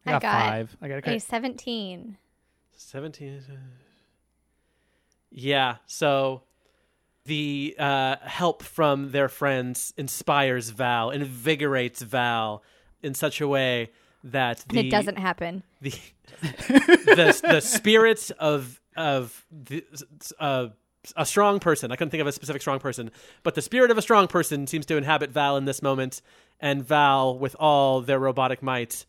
Speaker 4: I got
Speaker 5: five.
Speaker 3: I got a
Speaker 4: a
Speaker 3: crit.
Speaker 4: 17.
Speaker 2: Seventeen. Yeah. So the uh, help from their friends inspires Val, invigorates Val in such a way that
Speaker 4: And
Speaker 2: the
Speaker 4: it doesn't happen.
Speaker 2: the <laughs> the, the spirits of of the, uh, a strong person. I couldn't think of a specific strong person, but the spirit of a strong person seems to inhabit Val in this moment, and Val, with all their robotic might,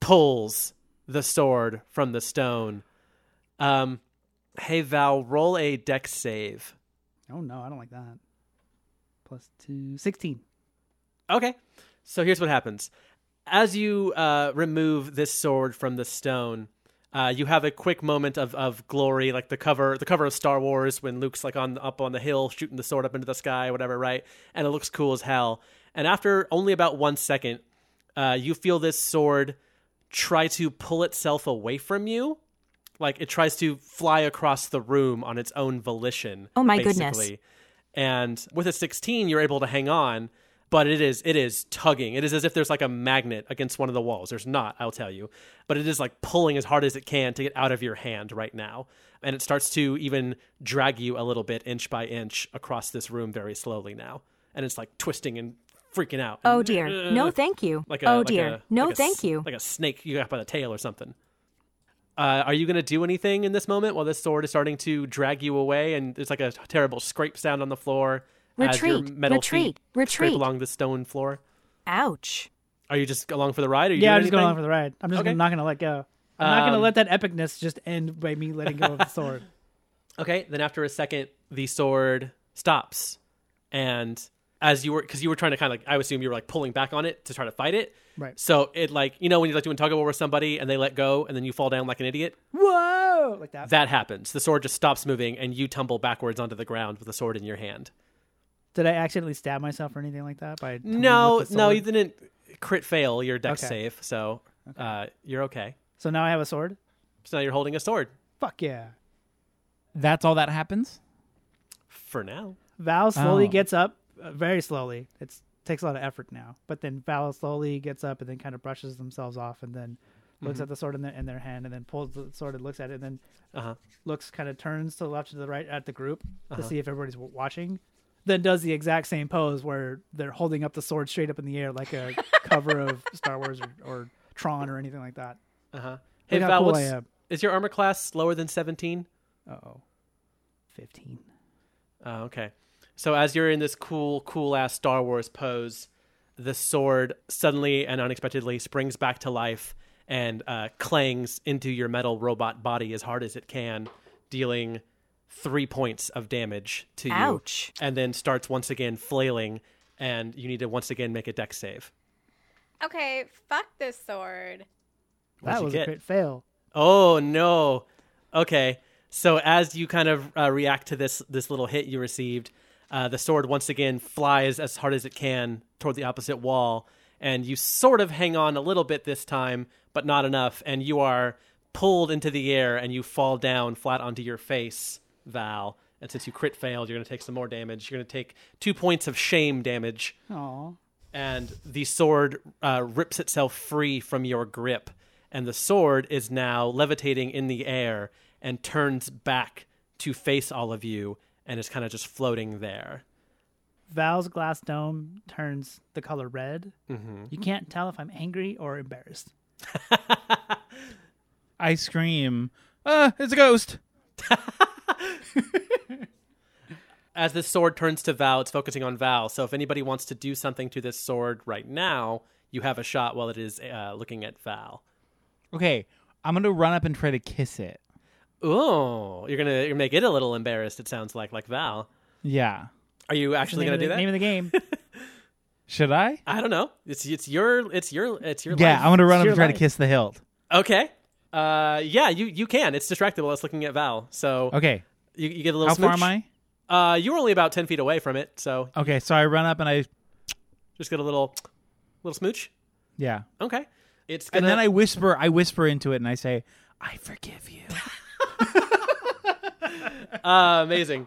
Speaker 2: pulls the sword from the stone. Um, hey Val, roll a deck save.
Speaker 3: Oh no, I don't like that. Plus two, 16.
Speaker 2: Okay. So here's what happens. As you uh, remove this sword from the stone, uh, you have a quick moment of, of glory, like the cover the cover of Star Wars when Luke's like on up on the hill shooting the sword up into the sky, whatever, right? And it looks cool as hell. And after only about one second, uh, you feel this sword try to pull itself away from you, like it tries to fly across the room on its own volition.
Speaker 8: Oh my
Speaker 2: basically.
Speaker 8: goodness.
Speaker 2: And with a 16, you're able to hang on, but it is it is tugging. It is as if there's like a magnet against one of the walls. There's not, I'll tell you, but it is like pulling as hard as it can to get out of your hand right now. And it starts to even drag you a little bit, inch by inch, across this room very slowly now. And it's like twisting and freaking out.
Speaker 8: Oh
Speaker 5: Uh,
Speaker 8: dear. No, thank you.
Speaker 2: Like a,
Speaker 8: oh
Speaker 2: like
Speaker 8: dear.
Speaker 2: a-
Speaker 8: no,
Speaker 2: like a
Speaker 8: thank
Speaker 2: s-
Speaker 8: you.
Speaker 2: Like a snake you got by the tail or something. Uh, are you going to do anything in this moment while this sword is starting to drag you away and there's like a terrible scrape sound on the floor as your
Speaker 8: Retreat,
Speaker 2: metal
Speaker 8: retreat,
Speaker 2: feet scrape
Speaker 8: retreat.
Speaker 2: along the stone floor?
Speaker 8: Ouch.
Speaker 2: Are you just along for the ride? Are you
Speaker 3: Yeah, I'm
Speaker 2: doing
Speaker 3: just going
Speaker 2: anything?
Speaker 3: on for the ride. I'm just
Speaker 2: Okay.
Speaker 3: not going to let go. I'm not going to
Speaker 2: Um,
Speaker 3: let that epicness just end by me
Speaker 2: <laughs>
Speaker 3: letting go of the sword.
Speaker 2: Okay, then after a second, the sword stops, and as you were, because you were trying to kind of, I assume you were like pulling back on it to try to fight it.
Speaker 3: Right.
Speaker 2: So it like, you know, when you're like doing tug of war with somebody and they let go, and then you fall down like an idiot.
Speaker 3: Whoa! Like that.
Speaker 2: That happens. The sword just stops moving, and you tumble backwards onto the ground with the sword in your hand.
Speaker 3: Did I accidentally stab myself or anything like that? By tumbling
Speaker 2: No,
Speaker 3: with the
Speaker 2: no,
Speaker 3: sword?
Speaker 2: you didn't crit fail your deck
Speaker 3: Okay.
Speaker 2: save, so uh, you're okay.
Speaker 3: So now I have a sword?
Speaker 2: So now you're holding a sword
Speaker 3: Fuck yeah.
Speaker 5: That's all that happens.
Speaker 2: for now.
Speaker 3: Val slowly
Speaker 5: Oh.
Speaker 3: gets up, uh, very slowly. It takes a lot of effort now. But then Val slowly gets up and then kind of brushes themselves off and then looks
Speaker 2: Mm-hmm.
Speaker 3: at the sword in their, in their hand and then pulls the sword and looks at it and then
Speaker 2: Uh-huh.
Speaker 3: looks kind of turns to the left to the right at the group to see if everybody's w- watching. Then does the exact same pose where they're holding up the sword straight up in the air
Speaker 2: <laughs>
Speaker 3: like a cover of Star Wars or, or Tron or anything like that.
Speaker 2: Uh-huh. Hey,
Speaker 3: Look how
Speaker 2: Val,
Speaker 3: cool I
Speaker 2: what's,
Speaker 3: am.
Speaker 2: is your armor class lower than 17?
Speaker 3: Uh oh. 15.
Speaker 2: Oh, okay. So as you're in this cool, cool ass Star Wars pose, the sword suddenly and unexpectedly springs back to life and uh, clangs into your metal robot body as hard as it can, dealing three points of damage to you.
Speaker 8: Ouch.
Speaker 2: And then starts once again flailing, and you need to once again make a deck save.
Speaker 4: Okay, fuck this sword.
Speaker 2: What'd
Speaker 3: That
Speaker 2: you
Speaker 3: was
Speaker 2: get?
Speaker 3: a great fail.
Speaker 2: Oh no. Okay. So as you kind of uh, react to this this little hit you received, uh, the sword once again flies as hard as it can toward the opposite wall, and you sort of hang on a little bit this time, but not enough, and you are pulled into the air and you fall down flat onto your face, Val. And since you crit failed, you're going to take some more damage. You're going to take two points of shame damage
Speaker 3: Aw.
Speaker 2: and the sword uh, rips itself free from your grip, and the sword is now levitating in the air and turns back to face all of you, and is kind of just floating there.
Speaker 3: Val's glass dome turns the color red.
Speaker 2: Mm-hmm.
Speaker 3: You can't tell if I'm angry or embarrassed.
Speaker 5: I scream, Uh, it's a ghost.
Speaker 2: As this sword turns to Val, it's focusing on Val. So if anybody wants to do something to this sword right now, you have a shot while it is uh, looking at Val.
Speaker 5: Okay, I'm gonna run up and try to kiss it.
Speaker 2: Oh, you're gonna you're gonna make it a little embarrassed. It sounds like like Val.
Speaker 5: Yeah.
Speaker 2: Are you actually
Speaker 3: name
Speaker 2: gonna
Speaker 3: of
Speaker 2: do
Speaker 3: the-
Speaker 2: that?
Speaker 3: Name of the game.
Speaker 2: <laughs>
Speaker 5: Should I?
Speaker 2: I don't know. It's it's your it's your it's your
Speaker 5: Yeah,
Speaker 2: life.
Speaker 5: I'm gonna run
Speaker 3: It's
Speaker 5: up
Speaker 3: your
Speaker 5: and try
Speaker 3: life.
Speaker 5: to kiss the hilt.
Speaker 2: Okay. Uh, yeah, you you can. It's distractible. It's looking at Val, so
Speaker 5: Okay.
Speaker 2: you, you get a little.
Speaker 5: How far
Speaker 2: smooch.
Speaker 5: am I?
Speaker 2: Uh, you were only about ten feet away from it, so
Speaker 5: Okay, so I run up and I
Speaker 2: just get a little, little smooch.
Speaker 5: yeah,
Speaker 2: Okay. It's
Speaker 5: and
Speaker 2: gonna,
Speaker 5: then I whisper. I whisper into it and I say, "I forgive you."
Speaker 2: uh, amazing.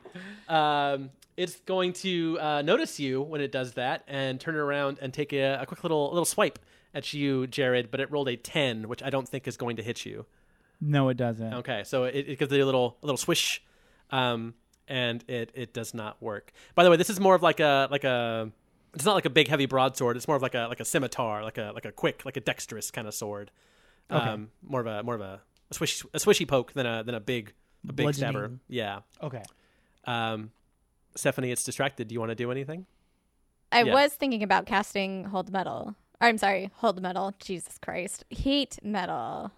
Speaker 2: Um, it's going to uh, notice you when it does that and turn around and take a, a quick little little swipe at you, Jared. But it rolled a ten, which I don't think is going to hit you.
Speaker 5: No, it doesn't.
Speaker 2: Okay, so it, it gives it a little a little swish, um, and it it does not work. By the way, this is more of like a like a it's not like a big heavy broadsword. It's more of like a like a scimitar, like a like a quick like a dexterous kind of sword. Um, more of a more of a, a swish a swishy poke than a than a big a big stabber.
Speaker 3: Bludgeoning.
Speaker 2: Yeah.
Speaker 5: Okay.
Speaker 2: Um, Stephanie, it's distracted. Do you want to do anything?
Speaker 4: I
Speaker 2: Yeah.
Speaker 4: was thinking about casting Hold Metal. Or, I'm sorry, Hold Metal. Jesus Christ. Heat Metal.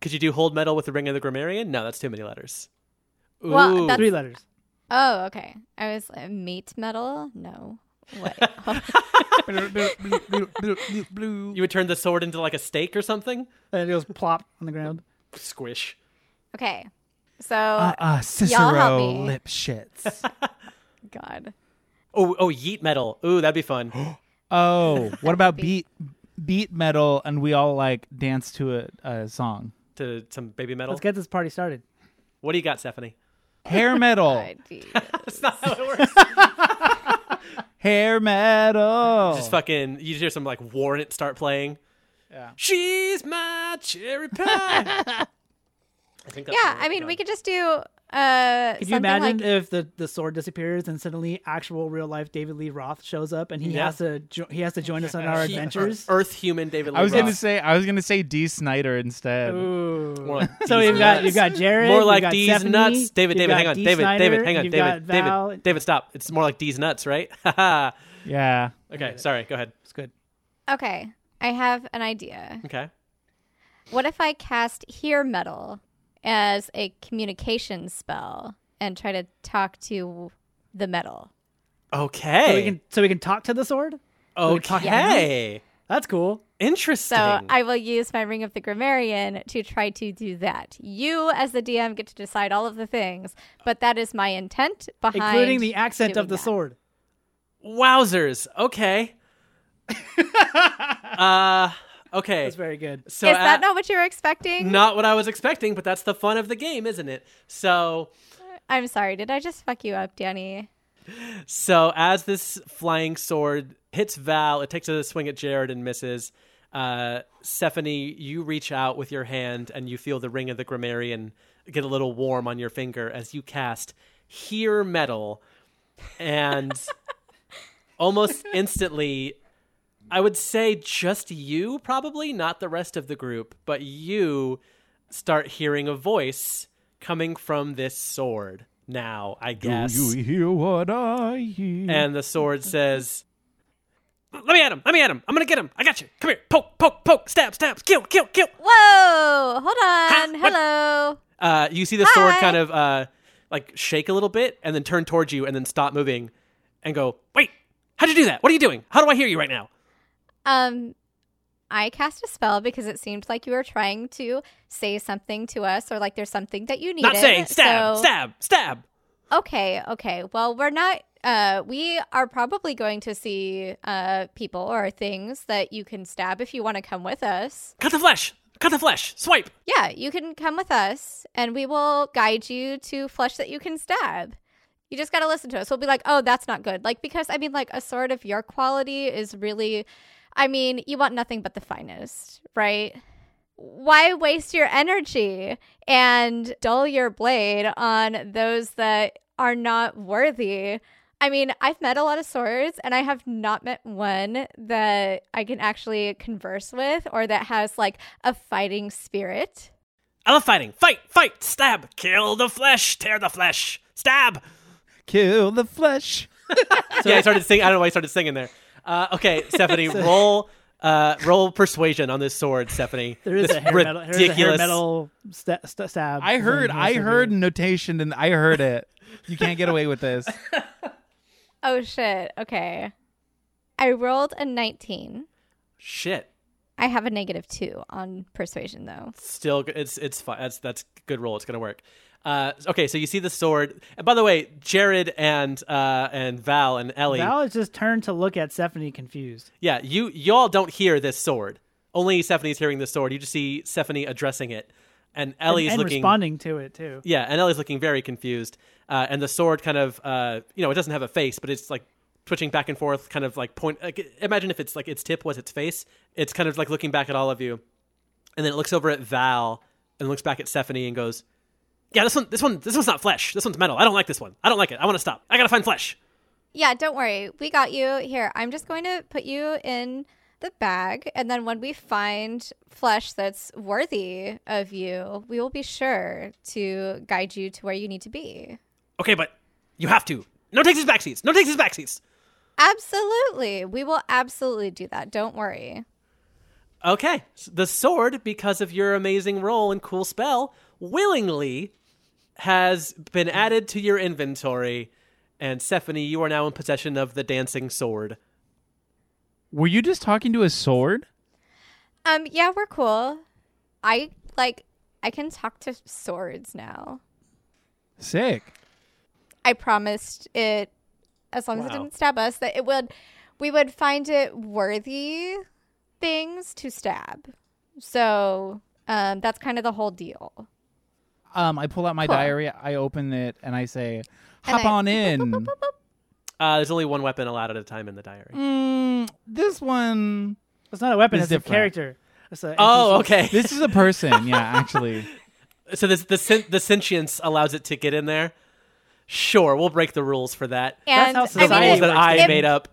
Speaker 2: Could you do hold metal with the ring of the grammarian? No, that's too many letters. Ooh.
Speaker 4: Well, that's-
Speaker 3: Three letters.
Speaker 4: Oh, okay. I was uh, meat metal. No.
Speaker 3: <laughs>
Speaker 4: What?
Speaker 2: you would turn the sword into like a stake or something.
Speaker 3: And it goes plop on the ground.
Speaker 2: Squish.
Speaker 4: okay. So,
Speaker 5: Uh, uh,
Speaker 4: help
Speaker 5: Cicero
Speaker 4: me.
Speaker 5: lip shits.
Speaker 4: God.
Speaker 2: Oh, oh, yeet metal. Ooh, that'd be fun.
Speaker 5: oh, what about beat beat metal? And we all like dance to a, a song.
Speaker 2: to some baby metal.
Speaker 3: Let's get this party started.
Speaker 2: What do you got, Stephanie?
Speaker 5: Hair
Speaker 4: <laughs>
Speaker 3: oh.
Speaker 5: metal.
Speaker 3: <laughs>
Speaker 4: I do-
Speaker 2: That's not how it works.
Speaker 5: Hair metal.
Speaker 2: Just fucking. You just hear some like warrant start playing. Yeah. She's my cherry
Speaker 3: <laughs>
Speaker 2: pie. I think that's
Speaker 4: yeah,
Speaker 2: how it
Speaker 4: I mean,
Speaker 2: goes.
Speaker 4: we could just do uh
Speaker 3: Could
Speaker 4: something
Speaker 3: you imagine
Speaker 4: like
Speaker 3: if the, the sword disappears and suddenly actual real life David Lee Roth shows up and he
Speaker 2: Yeah.
Speaker 3: has to jo- he has to join us on
Speaker 2: <laughs>
Speaker 3: our
Speaker 2: He-
Speaker 3: adventures?
Speaker 2: uh, Earth human David. Lee
Speaker 5: I was gonna
Speaker 2: Roth.
Speaker 5: say I was gonna say D. Snyder instead.
Speaker 2: More
Speaker 3: Ooh.
Speaker 2: like
Speaker 3: <laughs> So
Speaker 2: these
Speaker 3: you've got
Speaker 2: nuts.
Speaker 3: you've got Jared,
Speaker 2: more
Speaker 3: you've
Speaker 2: like
Speaker 3: got
Speaker 2: these
Speaker 3: Stephanie,
Speaker 2: nuts. David,
Speaker 3: you've
Speaker 2: David,
Speaker 3: got
Speaker 2: hang on.
Speaker 3: Dee
Speaker 2: David, David,
Speaker 3: Snyder,
Speaker 2: hang on.
Speaker 3: you've
Speaker 2: David,
Speaker 3: got Val.
Speaker 2: David, David, stop. It's more like these nuts, right? <laughs> okay,
Speaker 5: Yeah.
Speaker 2: sorry. Go ahead.
Speaker 3: It's good.
Speaker 4: Okay. I have an idea.
Speaker 2: Okay.
Speaker 4: What if I cast Hear Metal as a communication spell and try to talk to the metal?
Speaker 2: Okay.
Speaker 3: So we can so we can talk to the sword. we can talk about
Speaker 2: okay.
Speaker 3: That's cool.
Speaker 2: Interesting.
Speaker 4: So I will use my Ring of the Grammarian to try to do that. You, as the DM, get to decide all of the things, but that is my intent behind.
Speaker 3: Including the accent
Speaker 4: doing
Speaker 3: of the
Speaker 4: that.
Speaker 3: sword.
Speaker 2: Wowzers.
Speaker 3: <laughs>
Speaker 2: Okay. uh, okay.
Speaker 3: That's very good.
Speaker 2: So
Speaker 4: is that
Speaker 2: a-
Speaker 4: not what you were expecting?
Speaker 2: not what I was expecting, but that's the fun of the game, isn't it? So
Speaker 4: I'm sorry. Did I just fuck you up, Danny?
Speaker 2: so as this flying sword hits Val, it takes a swing at Jared and misses. Uh, Stephanie, you reach out with your hand and you feel the ring of the grammarian get a little warm on your finger as you cast Hear Metal. And almost instantly, I would say just you, probably not the rest of the group, but you start hearing a voice coming from this sword. Now, I guess.
Speaker 5: hear what I hear?
Speaker 2: And the sword says, "Let me at him! Let me at him! I'm gonna get him! I got you! Come here! Poke! Poke! Poke! Stab! Stab! Kill! Kill! Kill!"
Speaker 4: Whoa! Hold on.
Speaker 2: what-
Speaker 4: Hello.
Speaker 2: Uh, you see the sword
Speaker 4: Hi.
Speaker 2: kind of uh, like shake a little bit, and then turn towards you, and then stop moving, and go, "Wait! How'd you do that? What are you doing? How do I hear you right now?"
Speaker 4: Um, I cast a spell because it seemed like you were trying to say something to us, or like there's something that you needed.
Speaker 2: Not saying stab!
Speaker 4: so-
Speaker 2: Stab! Stab!
Speaker 4: Okay, okay. Well, we're not. Uh, we are probably going to see uh, people or things that you can stab if you want to come with us.
Speaker 2: Cut the flesh! Cut the flesh! Swipe!
Speaker 4: Yeah, you can come with us and we will guide you to flesh that you can stab. You just got to listen to us. We'll be like, oh, that's not good. Like, because I mean, like, a sword of your quality is really, I mean, you want nothing but the finest, right? Why waste your energy and dull your blade on those that are not worthy? I mean, I've met a lot of swords and I have not met one that I can actually converse with or that has like a fighting spirit.
Speaker 2: I love fighting. Fight, fight, stab, kill the flesh, tear the flesh, stab.
Speaker 5: Kill the flesh.
Speaker 2: yeah, I
Speaker 3: <laughs>
Speaker 2: started singing. I don't know why I started singing there. Uh, okay, Stephanie, roll, uh, roll persuasion on this sword, Stephanie.
Speaker 3: <laughs> There is
Speaker 2: This
Speaker 3: a hair metal. There is a hair
Speaker 2: ridiculous-
Speaker 3: metal sta sta- stab.
Speaker 5: I heard.
Speaker 3: thing.
Speaker 5: I heard notation, and I heard it. You can't get away with this.
Speaker 4: Oh shit. Okay. I rolled a 19.
Speaker 2: Shit.
Speaker 4: I have a negative 2 on persuasion though.
Speaker 2: still g- it's it's fine. That's that's good roll. It's gonna work. Uh, okay, so you see the sword. And by the way, Jared and uh, and Val and Ellie.
Speaker 3: Val is just turned to look at Stephanie confused.
Speaker 2: Yeah, you y'all don't hear this sword. Only Stephanie's hearing this sword. You just see Stephanie addressing it, and Ellie is
Speaker 3: and, and
Speaker 2: looking.
Speaker 3: responding to it too.
Speaker 2: Yeah, and Ellie's looking very confused. Uh, and the sword kind of uh, you know it doesn't have a face, but it's like twitching back and forth, kind of like point. Like, imagine if it's like its tip was its face. It's kind of like looking back at all of you, and then it looks over at Val and looks back at Stephanie and goes, "Yeah, this one, this one, this one's not flesh. This one's metal. I don't like this one. I don't like it. I want to stop. I gotta find flesh."
Speaker 4: Yeah, don't worry. We got you. Here, I'm just going to put you in the bag and then when we find flesh that's worthy of you, we will be sure to guide you to where you need to be.
Speaker 2: Okay, but you have to. No takes his back seats. No takes his back seats.
Speaker 4: Absolutely. We will absolutely do that. Don't worry.
Speaker 2: Okay. S- The sword, because of your amazing role and cool spell, willingly has been added to your inventory. And Stephanie, you are now in possession of the dancing sword.
Speaker 5: <laughs> Were you just talking to a sword?
Speaker 4: Um yeah, we're cool. I like I can talk to swords now.
Speaker 5: Sick.
Speaker 4: I promised it as long as it
Speaker 2: Wow.
Speaker 4: didn't stab us that it would we would find it worthy things to stab. So um, that's kind of the whole deal.
Speaker 5: Um, I pull out my
Speaker 4: Cool.
Speaker 5: diary. I open it and I say,
Speaker 4: And
Speaker 5: "Hop
Speaker 4: I- <laughs>
Speaker 5: on in."
Speaker 2: Uh, there's only one weapon allowed at a time in the diary.
Speaker 5: Mm, this one.
Speaker 3: It's not a weapon.
Speaker 5: It's
Speaker 3: It's, a
Speaker 5: different.
Speaker 3: character. It's a
Speaker 2: Oh,
Speaker 3: NPC.
Speaker 2: okay. <laughs>
Speaker 5: This is a person. <laughs> yeah, actually.
Speaker 2: so this, the sen- the sentience allows it to get in there. Sure, we'll break the rules for that.
Speaker 4: And
Speaker 3: how
Speaker 4: I
Speaker 2: The
Speaker 4: mean,
Speaker 3: society
Speaker 2: rules
Speaker 4: it,
Speaker 2: that I
Speaker 4: it-
Speaker 2: made up.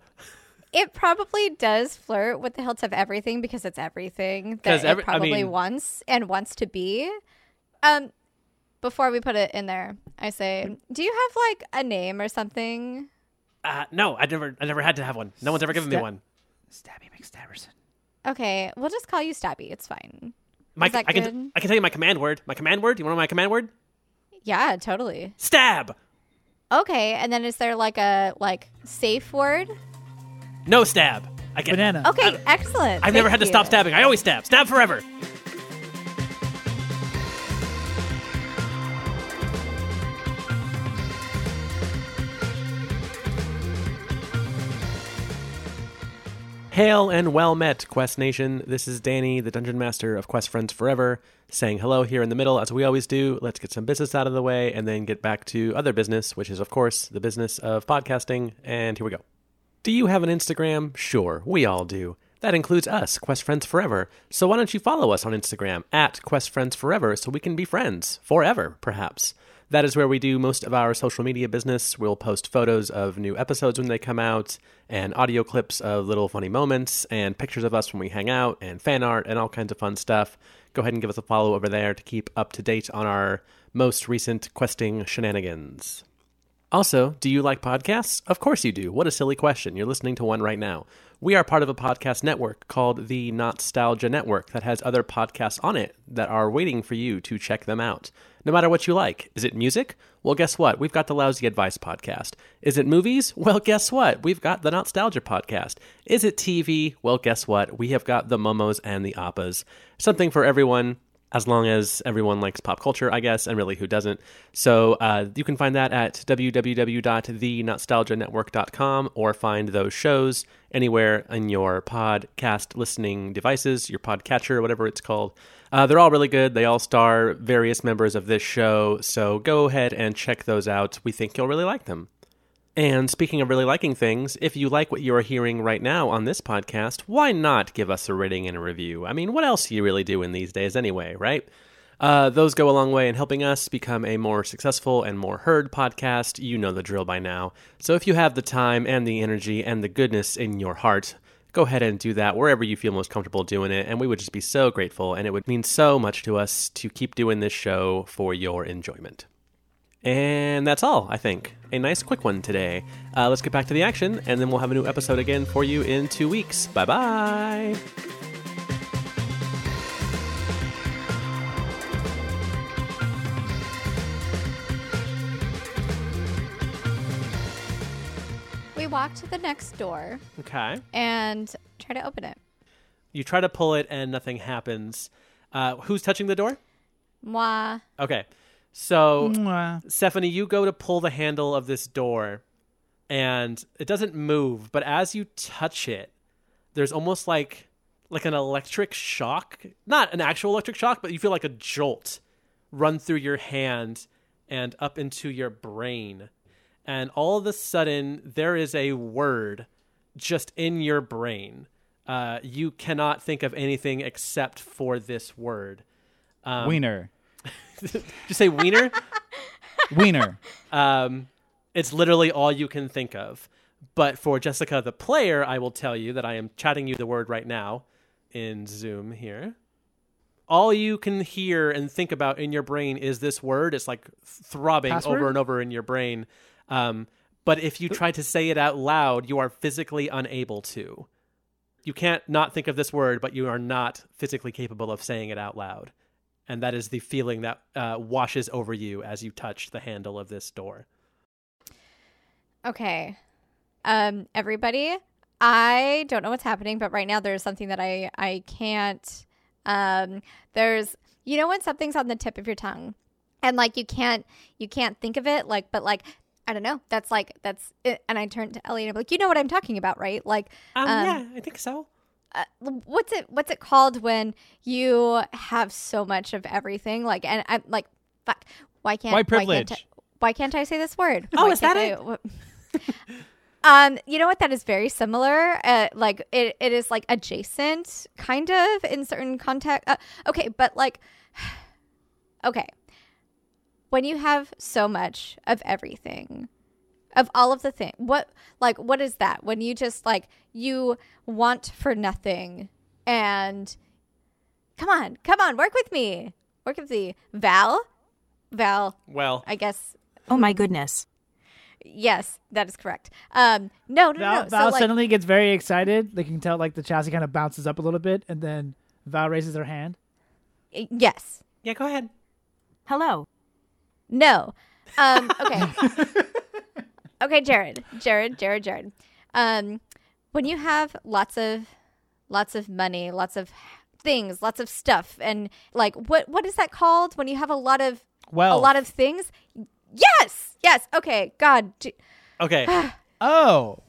Speaker 4: it probably does flirt with the hilt of everything because it's everything
Speaker 2: 'Cause
Speaker 4: that
Speaker 2: every- I
Speaker 4: it probably
Speaker 2: mean-
Speaker 4: wants and wants to be. Um, before we put it in there, I say, do you have like a name or something?
Speaker 2: Uh, no, I never, I never had to have one. No one's ever given me
Speaker 3: Step-
Speaker 2: one.
Speaker 3: Stabby McStabberson.
Speaker 4: Okay, we'll just call you Stabby. It's fine.
Speaker 2: My,
Speaker 4: Is that
Speaker 2: I can,
Speaker 4: good?
Speaker 2: I can tell you my command word. My command word. You want to know my command word?
Speaker 4: Yeah, totally.
Speaker 2: Stab.
Speaker 4: Okay, and then is there like a like safe word?
Speaker 2: No stab. I get it.
Speaker 3: Banana.
Speaker 4: Okay, excellent.
Speaker 2: I've never had
Speaker 4: Thank
Speaker 2: to stop
Speaker 4: you.
Speaker 2: stabbing. I always stab. Stab forever. Hail and well met, Quest Nation. This is Danny, the Dungeon Master of Quest Friends Forever, saying hello here in the middle, as we always do. Let's get some business out of the way and then get back to other business, which is, of course, the business of podcasting. And here we go. Do you have an Instagram? Sure, we all do. That includes us, Quest Friends Forever. So why don't you follow us on Instagram at Quest Friends Forever so we can be friends forever, perhaps? That is where we do most of our social media business. We'll post photos of new episodes when they come out, and audio clips of little funny moments, and pictures of us when we hang out, and fan art, and all kinds of fun stuff. Go ahead and give us a follow over there to keep up to date on our most recent questing shenanigans. Also, do you like podcasts? Of course you do. What a silly question. You're listening to one right now. We are part of a podcast network called the Nostalgia Network that has other podcasts on it that are waiting for you to check them out. No matter what you like. Is it music? Well, guess what? We've got the Lousy Advice podcast. Is it movies? Well, guess what? We've got the Nostalgia podcast. Is it TV? Well, guess what? We have got the Momos and the Appas. Something for everyone as long as everyone likes pop culture, I guess, and really who doesn't. So uh, you can find that at www.thenostalgianetwork.com or find those shows anywhere in your podcast listening devices, your podcatcher, whatever it's called. Uh, they're all really good. They all star various members of this show. So go ahead and check those out. We think you'll really like them. And speaking of really liking things, if you like what you are hearing right now on this podcast, why not give us a rating and a review? I mean, what else do you really do in these days anyway, right? Uh, those go a long way in helping us become a more successful and more heard podcast. You know the drill by now. So if you have the time and the energy and the goodness in your heart, go ahead and do that wherever you feel most comfortable doing it. And we would just be so grateful. And it would mean so much to us to keep doing this show for your enjoyment. And that's all, I think. A nice quick one today. Uh, let's get back to the action, and then we'll have a new episode again for you in two weeks. Bye bye.
Speaker 4: We walk to the next door
Speaker 2: Okay.
Speaker 4: and try to open it.
Speaker 2: You try to pull it, and nothing happens. Uh, who's touching the door?
Speaker 4: Moi.
Speaker 2: Okay. So,
Speaker 5: Mwah.
Speaker 2: Stephanie, you go to pull the handle of this door, and it doesn't move. But as you touch it, there's almost like like an electric shock, not an actual electric shock, but you feel like a jolt run through your hand and up into your brain. And all of a sudden, there is a word just in your brain. Uh, you cannot think of anything except for this word. Um,
Speaker 5: Wiener.
Speaker 2: just say wiener.
Speaker 5: <laughs> Wiener.
Speaker 2: Um, it's literally all you can think of. But for Jessica, the player, I will tell you that I am chatting you the word right now in Zoom here. All you can hear and think about in your brain is this word. It's like throbbing
Speaker 3: Password?
Speaker 2: over and over in your brain. Um, but if you try to say it out loud, you are physically unable to. You can't not think of this word, but you are not physically capable of saying it out loud. And that is the feeling that uh, washes over you as you touch the handle of this door.
Speaker 4: Okay. Um, everybody, I don't know what's happening, but right now there's something that I I can't. Um, there's you know when something's on the tip of your tongue, and like you can't you can't think of it like, but like I don't know. That's like that's it. and I turned to Ellie and I'm like, you know what I'm talking about, right? Like,
Speaker 2: Um,
Speaker 4: Um,
Speaker 2: yeah, I think so.
Speaker 4: uh, what's it what's it called when you have so much of everything? Like, and I'm like, fuck, why can't
Speaker 5: White
Speaker 4: why can't
Speaker 5: privilege.
Speaker 4: I- why can't I say this word?
Speaker 2: Oh,
Speaker 4: Why
Speaker 2: is that
Speaker 4: can't I- wh- <laughs> um, you know what? That is very similar. Uh, like it, it is like adjacent, kind of in certain context. Uh, okay, but like, <sighs> okay, when you have so much of everything, of all of the thing, what like what is that? When you just like you want for nothing and come on, come on, work with me, work with me, Val, Val.
Speaker 2: Well,
Speaker 4: I guess
Speaker 8: Oh my goodness.
Speaker 4: yes, that is correct. Um, no, no,
Speaker 3: Val,
Speaker 4: no.
Speaker 3: Val
Speaker 4: so like,
Speaker 3: suddenly gets very excited. They can tell like the chassis kind of bounces up a little bit, and then Val raises her hand.
Speaker 4: yes,
Speaker 2: yeah, go ahead.
Speaker 8: Hello.
Speaker 4: no. Um, okay, <laughs> okay, Jared, Jared, Jared, Jared. Um, when you have lots of, lots of money, lots of things, lots of stuff, and like what what is that called when you have a lot of
Speaker 5: Well,
Speaker 4: a lot of things? Yes, yes. Okay, God. d-
Speaker 2: Okay,
Speaker 5: oh,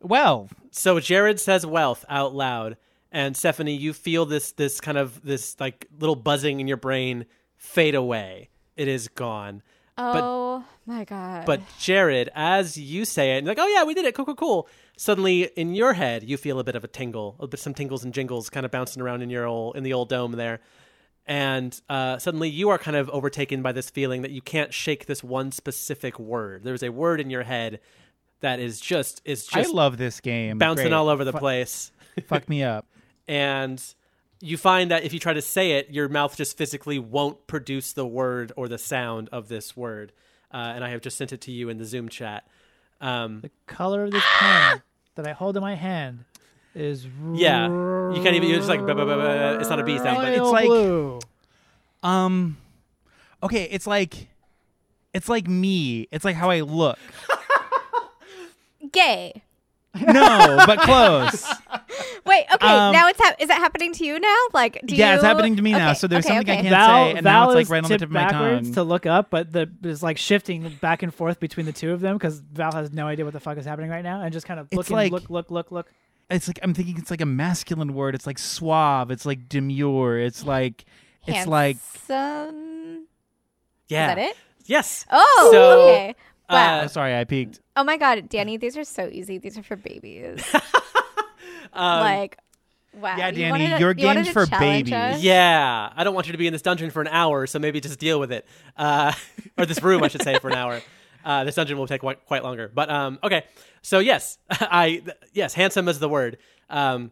Speaker 5: well,
Speaker 2: so Jared says wealth out loud, and Stephanie, you feel this this kind of this like little buzzing in your brain fade away. It is gone.
Speaker 4: Oh my God.
Speaker 2: But Jared, as you say it, and you're like, oh yeah, we did it, cool, cool, cool. Suddenly, in your head, you feel a bit of a tingle, a bit some tingles and jingles, kind of bouncing around in your old in the old dome there. And uh, suddenly, you are kind of overtaken by this feeling that you can't shake this one specific word. There's a word in your head that is just is
Speaker 5: I
Speaker 2: just
Speaker 5: love this game.
Speaker 2: bouncing
Speaker 5: Great.
Speaker 2: all over the
Speaker 5: Fu-
Speaker 2: place,
Speaker 5: Fuck me up.
Speaker 2: and you find that if you try to say it, your mouth just physically won't produce the word or the sound of this word. Uh, and I have just sent it to you in the Zoom chat. Um,
Speaker 3: The color of this pen that I hold in my hand is
Speaker 2: Yeah, you can't even. It's just like blah, blah, blah, blah. it's not a B sound, but
Speaker 3: royal
Speaker 5: like-
Speaker 3: blue.
Speaker 5: Um, okay, it's like, it's like me. It's like how I look.
Speaker 4: gay.
Speaker 5: No, <laughs> but close.
Speaker 4: Wait, okay.
Speaker 5: Um,
Speaker 4: now it's hap is that happening to you now? Like, do
Speaker 5: Yeah,
Speaker 4: you...
Speaker 5: it's happening to me now, so there's something I can't-
Speaker 3: Val,
Speaker 5: say, and now
Speaker 3: Val
Speaker 5: it's, like,
Speaker 3: is
Speaker 5: right on the
Speaker 3: tipped
Speaker 5: tip of my
Speaker 3: backwards
Speaker 5: tongue.
Speaker 3: to look up, but the it's like shifting back and forth between the two of them because Val has no idea what the fuck is happening right now, and just kind of
Speaker 5: It's
Speaker 3: looking,
Speaker 5: like-
Speaker 3: look, look, look, look.
Speaker 5: it's like I'm thinking it's like a masculine word. It's like suave. It's like demure. It's like it's like
Speaker 4: Handsome.
Speaker 2: yeah,
Speaker 4: Is that it?
Speaker 2: yes.
Speaker 4: Oh,
Speaker 2: So, uh,
Speaker 4: okay. Wow.
Speaker 5: oh, sorry, I peeked.
Speaker 4: oh my God, Danny, these are so easy. These are for babies.
Speaker 2: <laughs> Um,
Speaker 4: like, wow.
Speaker 5: yeah,
Speaker 4: You
Speaker 5: Danny,
Speaker 4: wanted to-
Speaker 5: your
Speaker 4: you wanted
Speaker 5: game's
Speaker 4: to
Speaker 5: for
Speaker 4: challenge
Speaker 5: babies.
Speaker 4: us?
Speaker 2: yeah, I don't want you to be in this dungeon for an hour, so maybe just deal with it, uh, <laughs> or this room, I should say, for an hour. Uh, <laughs> this dungeon will take quite, quite longer, but um, okay. So yes, I th- yes, handsome is the word. Um,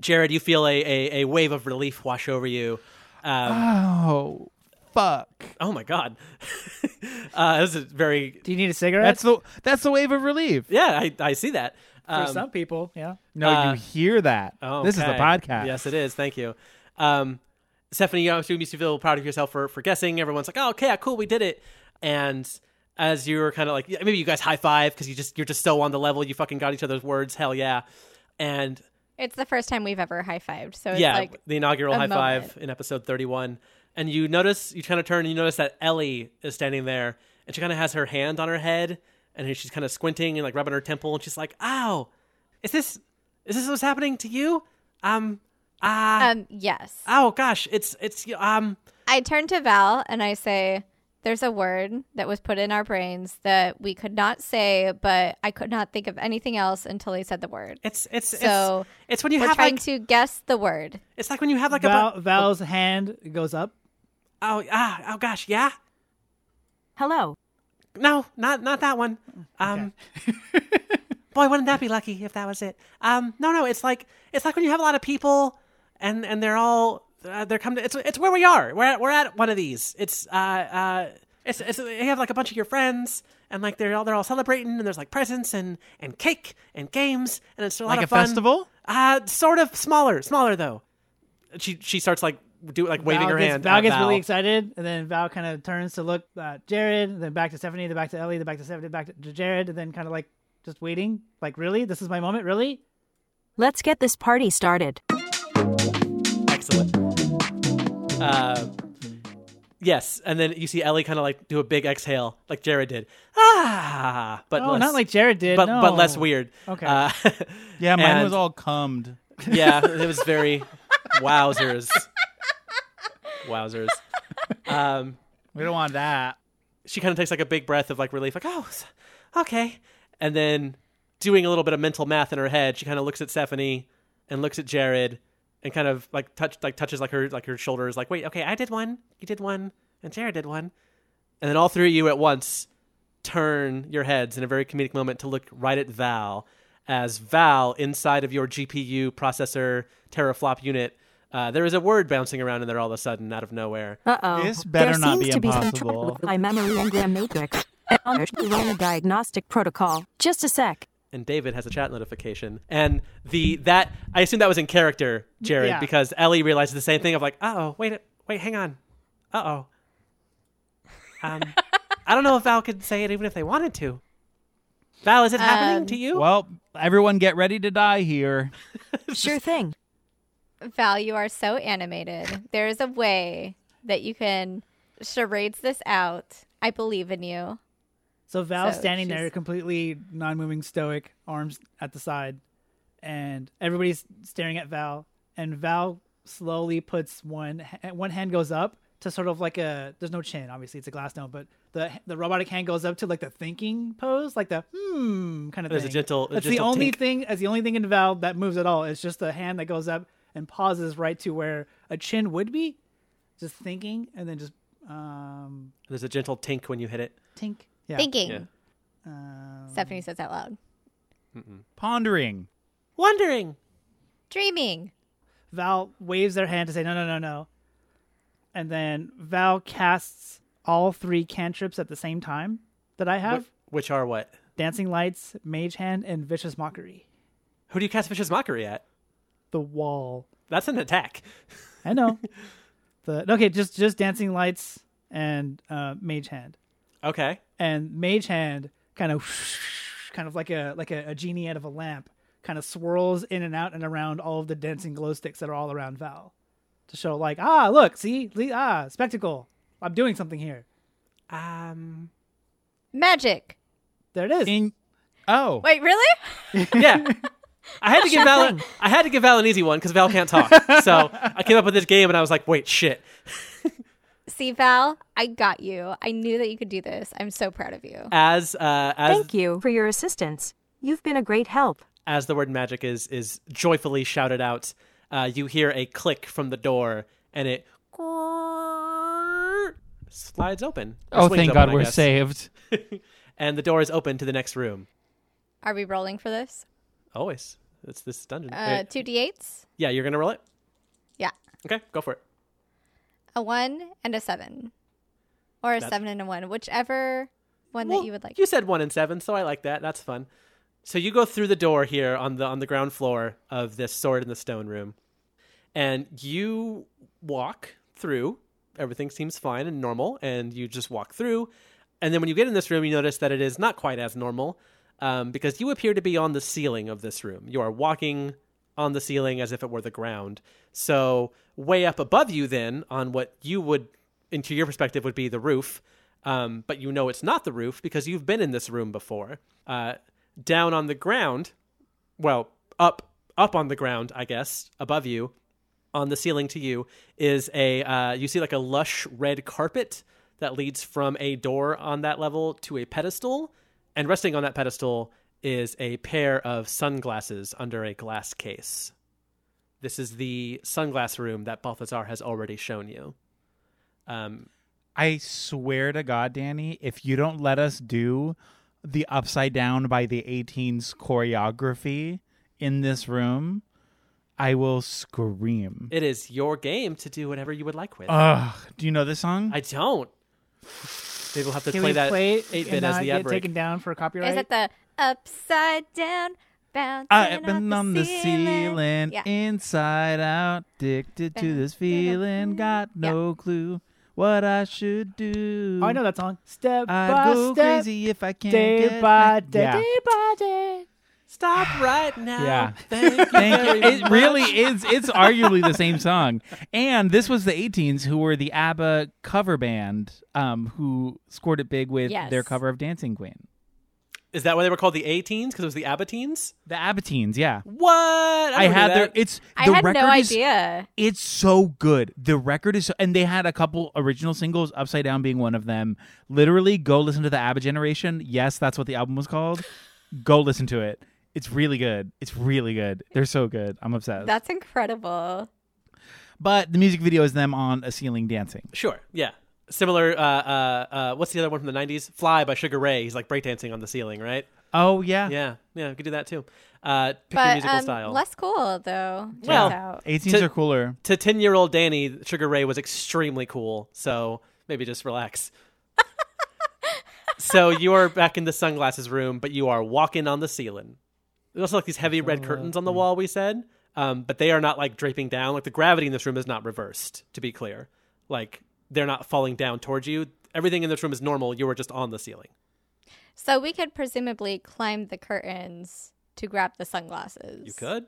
Speaker 2: Jared, you feel a, a, a wave of relief wash over you. Um,
Speaker 5: Oh, fuck.
Speaker 2: oh my god, <laughs> uh, this is very
Speaker 3: Do you need a cigarette?
Speaker 5: That's the that's the wave of relief.
Speaker 2: yeah. I, I see that.
Speaker 3: for
Speaker 2: Um,
Speaker 3: some people. Yeah.
Speaker 5: No,
Speaker 2: Uh,
Speaker 5: you hear that. This is the
Speaker 2: Oh, okay.
Speaker 5: podcast.
Speaker 2: Yes, it is. Thank you. Um, Stephanie, you obviously used to feel proud of yourself for, for guessing. Everyone's like, oh, okay, yeah, cool, we did it. And as you were kind of like, yeah, maybe you guys high five because you just, you're just so on the level. You fucking got each other's words. Hell yeah. And
Speaker 4: It's the first time we've ever high fived, so it's
Speaker 2: yeah,
Speaker 4: like
Speaker 2: the inaugural
Speaker 4: a
Speaker 2: high five
Speaker 4: moment.
Speaker 2: in episode 31. And you notice, you kind of turn and you notice that Ellie is standing there and she kind of has her hand on her head and she's kind of squinting and like rubbing her temple and she's like, ow, is this, is this what's happening to you? Um, ah.
Speaker 4: um yes.
Speaker 2: oh gosh it's it's um
Speaker 4: I turn to Val and I say, There's a word that was put in our brains that we could not say, but I could not think of anything else until he said the word.
Speaker 2: it's it's
Speaker 4: So,
Speaker 2: it's, it's when you
Speaker 4: We're
Speaker 2: have
Speaker 4: trying
Speaker 2: like
Speaker 4: to guess the word.
Speaker 2: it's like when you have like
Speaker 3: Val,
Speaker 2: a bu-
Speaker 3: Val's hand goes up.
Speaker 2: oh ah oh gosh yeah
Speaker 8: Hello.
Speaker 2: no not not that one um boy wouldn't that be lucky if that was it um no no it's like it's like when you have a lot of people and and they're all uh, they're coming to, it's it's where we are we're at, we're at one of these it's uh uh it's, it's you have like a bunch of your friends and like they're all they're all celebrating and there's like presents and and cake and games and it's a lot
Speaker 5: Like
Speaker 2: of
Speaker 5: a
Speaker 2: fun.
Speaker 5: festival?
Speaker 2: Uh, sort of smaller, smaller though. She she starts like do like waving
Speaker 3: Val
Speaker 2: her
Speaker 3: gets,
Speaker 2: hand.
Speaker 3: Val
Speaker 2: at
Speaker 3: gets really excited, and then Val kind of turns to look at Jared, then back to Stephanie, then back to Ellie, then back to Stephanie, back to Jared, and then kind of like just waiting. Like, really? This is my moment? Really?
Speaker 8: Let's get this party started.
Speaker 2: Excellent. Uh, yes, and then you see Ellie kind of like do a big exhale, like Jared did. Ah, but
Speaker 3: Oh,
Speaker 2: less,
Speaker 3: not like Jared did.
Speaker 2: but
Speaker 3: no.
Speaker 2: but less weird.
Speaker 3: Okay.
Speaker 2: Uh, <laughs>
Speaker 5: Yeah, mine
Speaker 2: and-
Speaker 5: was all cummed.
Speaker 2: yeah, it was
Speaker 3: <laughs>
Speaker 2: very wowzers, wowzers. Um,
Speaker 5: We don't want that.
Speaker 2: she kind of takes like a big breath of like relief, like, oh, s- okay. And then doing a little bit of mental math in her head, she kind of looks at Stephanie and looks at Jared and kind of like touch like touches like her like her shoulders, like, wait, okay, I did one, you did one, and Jared did one. And then all three of you at once turn your heads in a very comedic moment to look right at Val as Val inside of your GPU processor teraflop unit. Uh, there is a word bouncing around in there all of a sudden out of nowhere.
Speaker 8: Uh oh.
Speaker 5: This better
Speaker 8: there
Speaker 5: not
Speaker 8: seems
Speaker 5: be
Speaker 8: to be some
Speaker 5: impossible.
Speaker 8: trouble with my memory and gram <laughs> matrix. And I'm actually running a diagnostic protocol. Just a sec.
Speaker 2: and David has a chat notification. And the that I assume that was in character, Jared,
Speaker 3: Yeah.
Speaker 2: because Ellie realizes the same thing of like, uh oh, wait, a- wait, hang on, uh oh. Um, I don't know if Val could say it even if they wanted to. Val, is it happening
Speaker 4: Um,
Speaker 2: to you?
Speaker 5: Well, everyone get ready to die here.
Speaker 8: Sure thing.
Speaker 4: Val, you are so animated. There is a way that you can charades this out. I believe in you.
Speaker 3: So Val's
Speaker 4: So
Speaker 3: standing there,
Speaker 4: she's-
Speaker 3: completely non-moving, stoic, arms at the side, and everybody's staring at Val. And Val slowly puts one ha- one hand goes up to sort of like a there's no chin, obviously it's a glass dome, but the the robotic hand goes up to like the thinking pose, like the hmm kind of
Speaker 2: There's a
Speaker 3: thing.
Speaker 2: gentle- a
Speaker 3: That's the
Speaker 2: gentle
Speaker 3: only
Speaker 2: tink.
Speaker 3: thing. That's the only thing in Val that moves at all. It's just the hand that goes up and pauses right to where a chin would be, just thinking, and then just um
Speaker 2: There's a gentle tink when you hit it.
Speaker 3: tink. Yeah.
Speaker 4: Thinking.
Speaker 2: Yeah.
Speaker 3: Um,
Speaker 4: Stephanie says out loud.
Speaker 5: Pondering.
Speaker 2: Wondering.
Speaker 4: Dreaming.
Speaker 3: Val waves their hand to say, no, no, no, no. And then Val casts all three cantrips at the same time that I have
Speaker 2: Wh- which are what?
Speaker 3: Dancing Lights, Mage Hand, and Vicious Mockery.
Speaker 2: Who do you cast Vicious Mockery at?
Speaker 3: The wall.
Speaker 2: That's an attack.
Speaker 3: I know. the Okay, just, just Dancing Lights and uh, Mage Hand.
Speaker 2: Okay.
Speaker 3: And Mage Hand kind of, kind of like a like a, a genie out of a lamp, kind of swirls in and out and around all of the dancing glow sticks that are all around Val, to show like, ah, look, see, Le- ah, spectacle. I'm doing something here.
Speaker 2: Um.
Speaker 4: Magic.
Speaker 3: There it is.
Speaker 5: In oh,
Speaker 4: Wait, really?
Speaker 2: Yeah. I had to give Val. I had to give Val an easy one because Val can't talk. So I came up with this game and I was like, wait, shit.
Speaker 4: See, Val, I got you. I knew that you could do this. I'm so proud of you.
Speaker 2: As uh, as
Speaker 8: Thank you for your assistance. You've been a great help.
Speaker 2: as the word magic is is joyfully shouted out, uh, you hear a click from the door and it slides open. Or
Speaker 5: oh,
Speaker 2: swings
Speaker 5: thank
Speaker 2: open,
Speaker 5: God
Speaker 2: I
Speaker 5: we're
Speaker 2: guess.
Speaker 5: saved.
Speaker 2: and the door is open to the next room.
Speaker 4: Are we rolling for this?
Speaker 2: Always. It's this dungeon.
Speaker 4: Uh,
Speaker 2: Wait.
Speaker 4: two d8s,
Speaker 2: yeah, you're gonna roll it.
Speaker 4: Yeah.
Speaker 2: Okay, go for it.
Speaker 4: a one and a seven, or a
Speaker 2: That's-
Speaker 4: seven and a one, whichever one
Speaker 2: Well,
Speaker 4: that you would like.
Speaker 2: You said one and seven, so I like that. That's fun. So you go through the door here on the on the ground floor of this sword in the stone room, and you walk through. Everything seems fine and normal, and you just walk through. And then when you get in this room, you notice that it is not quite as normal um, because you appear to be on the ceiling of this room. You are walking on the ceiling as if it were the ground. So way up above you, then on what you would, into your perspective, would be the roof. Um, but you know it's not the roof because you've been in this room before. Uh, down on the ground, well, up up on the ground, I guess, above you, on the ceiling to you is a uh, you see like a lush red carpet that leads from a door on that level to a pedestal, and resting on that pedestal is a pair of sunglasses under a glass case. This is the sunglass room that Balthazar has already shown you. Um,
Speaker 5: I swear to God, Danny, if you don't let us do the upside down by the 18s choreography in this room, I will scream.
Speaker 2: it is your game to do whatever you would like
Speaker 3: Um,
Speaker 2: with.
Speaker 5: Ugh. Do you know this song?
Speaker 2: I don't. Maybe we'll have to
Speaker 3: Can
Speaker 2: play
Speaker 3: we
Speaker 2: that
Speaker 3: play it
Speaker 2: 8
Speaker 3: and
Speaker 2: bit as
Speaker 3: not
Speaker 2: the
Speaker 3: get
Speaker 2: ad break.
Speaker 3: taken down for copyright?
Speaker 4: Is it the upside down, bouncing
Speaker 5: I've
Speaker 4: off
Speaker 5: been on the ceiling,
Speaker 4: Yeah.
Speaker 5: inside out, addicted to this feeling. Got
Speaker 4: Yeah.
Speaker 5: no clue what I should do.
Speaker 3: oh, I know that song. Step
Speaker 5: I'd
Speaker 3: by
Speaker 5: go
Speaker 3: step,
Speaker 5: crazy if I can't
Speaker 3: day
Speaker 5: get
Speaker 3: by
Speaker 5: back-
Speaker 3: day,
Speaker 5: Yeah.
Speaker 3: day by day.
Speaker 2: Stop right now.
Speaker 5: Yeah.
Speaker 4: Oh,
Speaker 2: Thank you.
Speaker 5: Thank you.
Speaker 2: very
Speaker 5: It
Speaker 2: much.
Speaker 5: really is. It's arguably the same song. And this was the 18s, who were the ABBA cover band, um, who scored it big with
Speaker 4: Yes.
Speaker 5: their cover of Dancing Queen.
Speaker 2: Is that why they were called the A teens? Because it was the ABBA teens?
Speaker 5: The ABBA teens, yeah.
Speaker 2: What? I,
Speaker 5: I,
Speaker 2: don't
Speaker 5: had
Speaker 2: know
Speaker 5: their.
Speaker 2: that.
Speaker 5: It's
Speaker 4: I
Speaker 5: the
Speaker 4: had
Speaker 5: record
Speaker 4: no
Speaker 5: is-
Speaker 4: idea.
Speaker 5: It's so good. The record is, so, and they had a couple original singles, Upside Down being one of them. Literally, go listen to the ABBA Generation. Yes, that's what the album was called. Go listen to it. It's really good. It's really good. They're so good. I'm obsessed.
Speaker 4: That's incredible.
Speaker 5: but the music video is them on a ceiling dancing.
Speaker 2: Sure. Yeah. Similar. Uh, uh, uh, what's the other one from the 90s? Fly by Sugar Ray. He's like breakdancing on the ceiling,
Speaker 4: <laughs>
Speaker 2: right?
Speaker 5: Oh yeah,
Speaker 2: Yeah. Yeah. We could do that too. Uh, pick your
Speaker 4: But
Speaker 2: musical
Speaker 4: um,
Speaker 2: style.
Speaker 4: less cool though. turns
Speaker 2: Well,
Speaker 4: out.
Speaker 5: 18s
Speaker 2: To-
Speaker 5: are cooler.
Speaker 2: To 10 year old Danny, Sugar Ray was extremely cool. So maybe just relax. so you are back in the sunglasses room, but you are walking on the ceiling. There's also like these heavy red curtains on the wall, we said, um, but they are not like draping down. Like the gravity in this room is not reversed, to be clear. Like they're not falling down towards you. Everything in this room is normal. You are just on the ceiling.
Speaker 4: So we could presumably climb the curtains to grab the sunglasses.
Speaker 2: You could,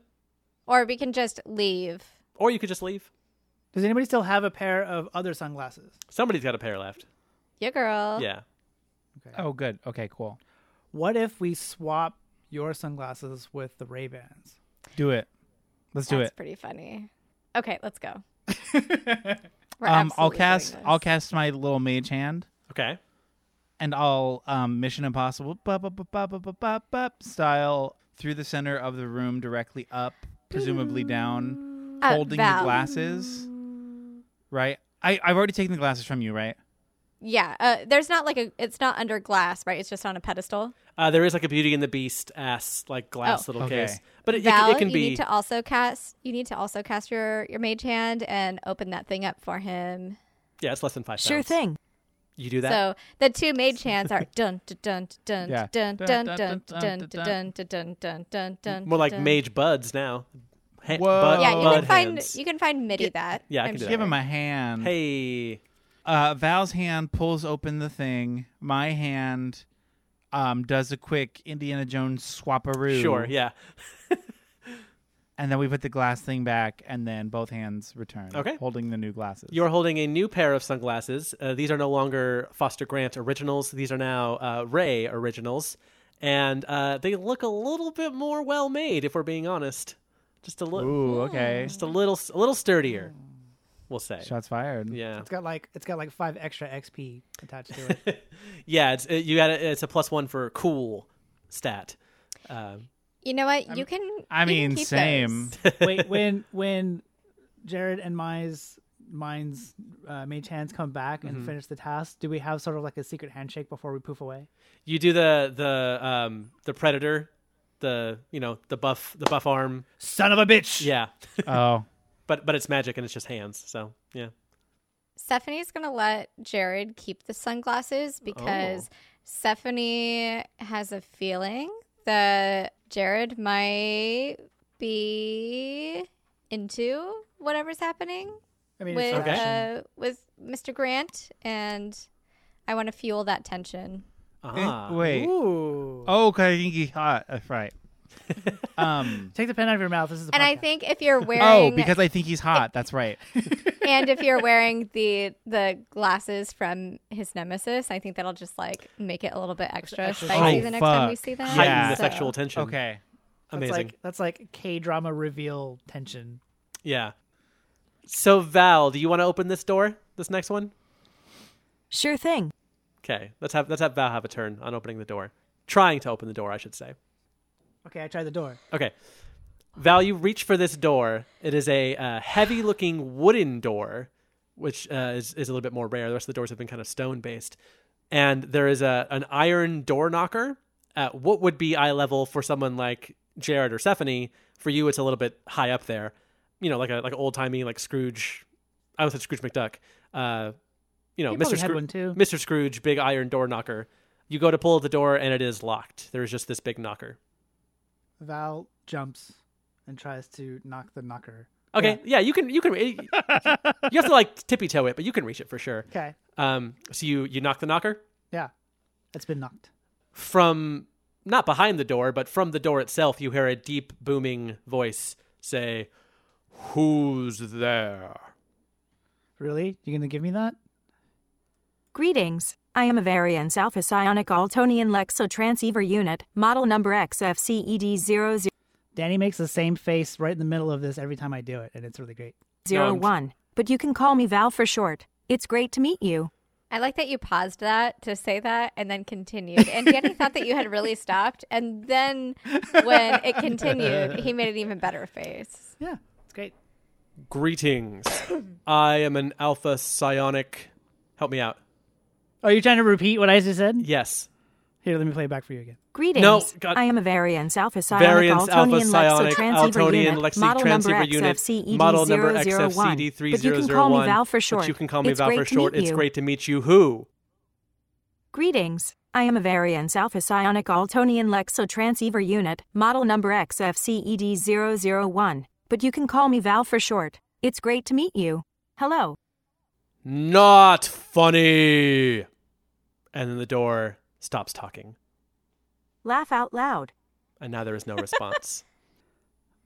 Speaker 4: Or we can just leave.
Speaker 2: or you could just leave.
Speaker 3: Does anybody still have a pair of other sunglasses?
Speaker 2: Somebody's got a pair left.
Speaker 4: Yeah, girl.
Speaker 2: Yeah.
Speaker 5: Oh good. Okay, cool.
Speaker 3: What if we swap your sunglasses with the Ray Bans?
Speaker 5: Do it. Let's do
Speaker 4: That's
Speaker 5: it.
Speaker 4: pretty funny. Okay,
Speaker 5: <laughs>
Speaker 4: let's go. We're
Speaker 5: Um, I'll
Speaker 4: absolutely doing
Speaker 5: cast.
Speaker 4: this.
Speaker 5: I'll cast my little mage hand.
Speaker 2: Okay.
Speaker 5: and I'll um, Mission Impossible bop, bop, bop, bop, bop, bop, bop, bop, style through the center of the room, directly up, presumably down,
Speaker 4: Uh,
Speaker 5: holding the
Speaker 4: Val.
Speaker 5: glasses. Right. I, I've already taken the glasses from you, right?
Speaker 4: Yeah. Uh, there's not like a. It's not under glass, right? It's just on a pedestal.
Speaker 2: Uh, there is like a Beauty and the Beast ass like glass
Speaker 4: Oh.
Speaker 2: little
Speaker 5: Okay.
Speaker 2: case, but it, it can-
Speaker 4: Val,
Speaker 2: it can
Speaker 4: you
Speaker 2: be
Speaker 4: need to also cast. You need to also cast your your mage hand and open that thing up for him.
Speaker 2: yeah, it's less than five.
Speaker 8: Sure
Speaker 2: pounds.
Speaker 8: thing.
Speaker 2: You do that.
Speaker 4: So the
Speaker 2: <laughs>
Speaker 4: two mage hands are dun dun dun
Speaker 5: Yeah.
Speaker 4: dun dun dun dun dun
Speaker 5: Dun,
Speaker 4: dun dun dun dun dun dun.
Speaker 2: More like
Speaker 4: dun.
Speaker 2: mage buds now. Ha-
Speaker 5: Whoa.
Speaker 2: bud-
Speaker 4: Yeah, you
Speaker 2: bud
Speaker 4: can find
Speaker 2: hands.
Speaker 4: you can find MIDI that.
Speaker 2: yeah, I can do that.
Speaker 5: Give him a hand.
Speaker 2: Hey,
Speaker 5: Uh, Val's hand pulls open the thing. My hand um, does a quick Indiana Jones swaparoo.
Speaker 2: sure, yeah,
Speaker 5: And then we put the glass thing back, and then both hands return.
Speaker 2: Okay.
Speaker 5: Holding the new glasses.
Speaker 2: you are holding a new pair of sunglasses. Uh, these are no longer Foster Grant originals; these are now uh, Ray originals, and uh, they look a little bit more well made. If we're being honest, just a little,
Speaker 5: Ooh, okay.
Speaker 2: just a little, a little sturdier. We'll say,
Speaker 5: Shots fired.
Speaker 2: yeah,
Speaker 3: It's got like it's got like five extra XP attached to it.
Speaker 2: yeah. It's it, you got a, it's a plus one for cool stat. Um,
Speaker 4: You know what? You can.
Speaker 5: I
Speaker 4: you can
Speaker 5: mean,
Speaker 4: keep
Speaker 5: same.
Speaker 3: <laughs>
Speaker 4: those.
Speaker 3: Wait, when when Jared and Mai's mine's uh, mage hands come back and finish the task, do we have sort of like a secret handshake before we poof away?
Speaker 2: you do the the um, the predator the you know the buff the buff arm.
Speaker 3: Son of a bitch.
Speaker 2: Yeah,
Speaker 5: <laughs> Oh,
Speaker 2: but but it's magic and it's just hands. So yeah.
Speaker 4: Stephanie's gonna let Jared keep the sunglasses
Speaker 2: Oh.
Speaker 4: because Stephanie has a feeling that Jared might be into whatever's happening
Speaker 3: I mean,
Speaker 4: with
Speaker 3: it's
Speaker 2: Okay.
Speaker 3: fashion.
Speaker 4: uh, with Mr. Grant, and I want to fuel that tension.
Speaker 2: Ah.
Speaker 5: Eh,
Speaker 4: uh,
Speaker 5: wait.
Speaker 3: Ooh.
Speaker 5: Oh, 'cause I think he's hot. That's
Speaker 2: <laughs>
Speaker 5: right. um.
Speaker 3: Take the pen out of your mouth. This is a
Speaker 4: And I
Speaker 3: podcast.
Speaker 4: think if you're
Speaker 5: <laughs> Oh,
Speaker 4: wearing
Speaker 5: because I think he's hot. That's <laughs> right.
Speaker 4: <laughs> and if you're wearing the the glasses from his nemesis, I think that'll just like make it a little bit extra
Speaker 3: extra
Speaker 4: spicy
Speaker 5: Oh,
Speaker 4: the next time we
Speaker 5: fuck.
Speaker 4: see them.
Speaker 2: Heighten
Speaker 5: Yeah.
Speaker 2: the sexual tension.
Speaker 5: Okay.
Speaker 3: that's
Speaker 2: Amazing.
Speaker 3: like that's like K drama reveal tension.
Speaker 2: Yeah. So Val, do you want to open this door? This next one?
Speaker 8: Sure thing.
Speaker 2: Okay. Let's have let's have Val have a turn on opening the door. Trying to open the door, I should say.
Speaker 3: Okay, I tried the door.
Speaker 2: Okay. Val, you reach for this door. It is a uh, heavy-looking wooden door, which uh, is is a little bit more rare. The rest of the doors have been kind of stone-based, and there is a an iron door knocker at what would be eye level for someone like Jared or Stephanie. For you, it's a little bit high up there. You know, like a like old timey like Scrooge. I almost said Scrooge McDuck. Uh, you know,
Speaker 3: You
Speaker 2: Mr.
Speaker 3: probably had
Speaker 2: Scroo-
Speaker 3: one too.
Speaker 2: Mr. Scrooge, big iron door knocker. You go to pull the door, and it is locked. There is just this big knocker.
Speaker 3: Val jumps and tries to knock the knocker.
Speaker 2: Okay, yeah. you can you can
Speaker 8: <laughs>
Speaker 2: you have to like tippy toe it, but you can reach it for sure.
Speaker 3: Okay.
Speaker 2: Um, so you you knock the knocker
Speaker 3: Yeah. It's been knocked.
Speaker 2: from not behind the door, but from the door itself. You hear a deep booming voice say, "Who's there?"
Speaker 3: Really? You gonna give me that?
Speaker 8: Greetings. I am a Variance Alpha Psionic Altonian Lexo Transceiver Unit, model number E XFCED0001.
Speaker 3: Danny makes the same face right in the middle of this every time I do it, and it's really great.
Speaker 8: But you can call me Val for short. It's great to meet you.
Speaker 4: I like that you paused that to say that and then continued. And Danny thought that you had really <laughs> stopped. And then when it continued, he made an even better
Speaker 2: <laughs>
Speaker 4: face.
Speaker 3: Yeah, it's great.
Speaker 8: <coughs>
Speaker 2: Greetings. I am an Alpha Psionic. Help me out.
Speaker 3: Are you trying to repeat what I just said?
Speaker 2: Yes.
Speaker 3: Here, let me play it back for you again.
Speaker 8: Greetings.
Speaker 2: God-
Speaker 8: I am a Variance Alpha Psionic
Speaker 2: Variance Alpha
Speaker 8: Altonian
Speaker 2: Psionic
Speaker 8: Lexo Transceiver
Speaker 2: Altonian
Speaker 8: Unit,
Speaker 2: Lexi
Speaker 8: model
Speaker 2: Transceiver
Speaker 8: number
Speaker 2: Unit
Speaker 8: XFCED0001.
Speaker 2: model number
Speaker 8: E
Speaker 2: E
Speaker 8: But you can call me Val for
Speaker 2: XFCD3001.
Speaker 8: short.
Speaker 2: But you can call me
Speaker 8: it's
Speaker 2: Val
Speaker 8: great
Speaker 2: for
Speaker 8: to
Speaker 2: short.
Speaker 8: meet
Speaker 2: It's
Speaker 8: you.
Speaker 2: great to meet you. Who?
Speaker 8: Greetings. I am a Variance Alpha Psionic Altonian Lexo Transceiver Unit, model number E XFCED001, but you can call me Val for short. It's great to meet you. Hello.
Speaker 2: Not funny. And then the door stops talking,
Speaker 8: Laugh out loud.
Speaker 2: and now there is no
Speaker 3: <laughs>
Speaker 2: response.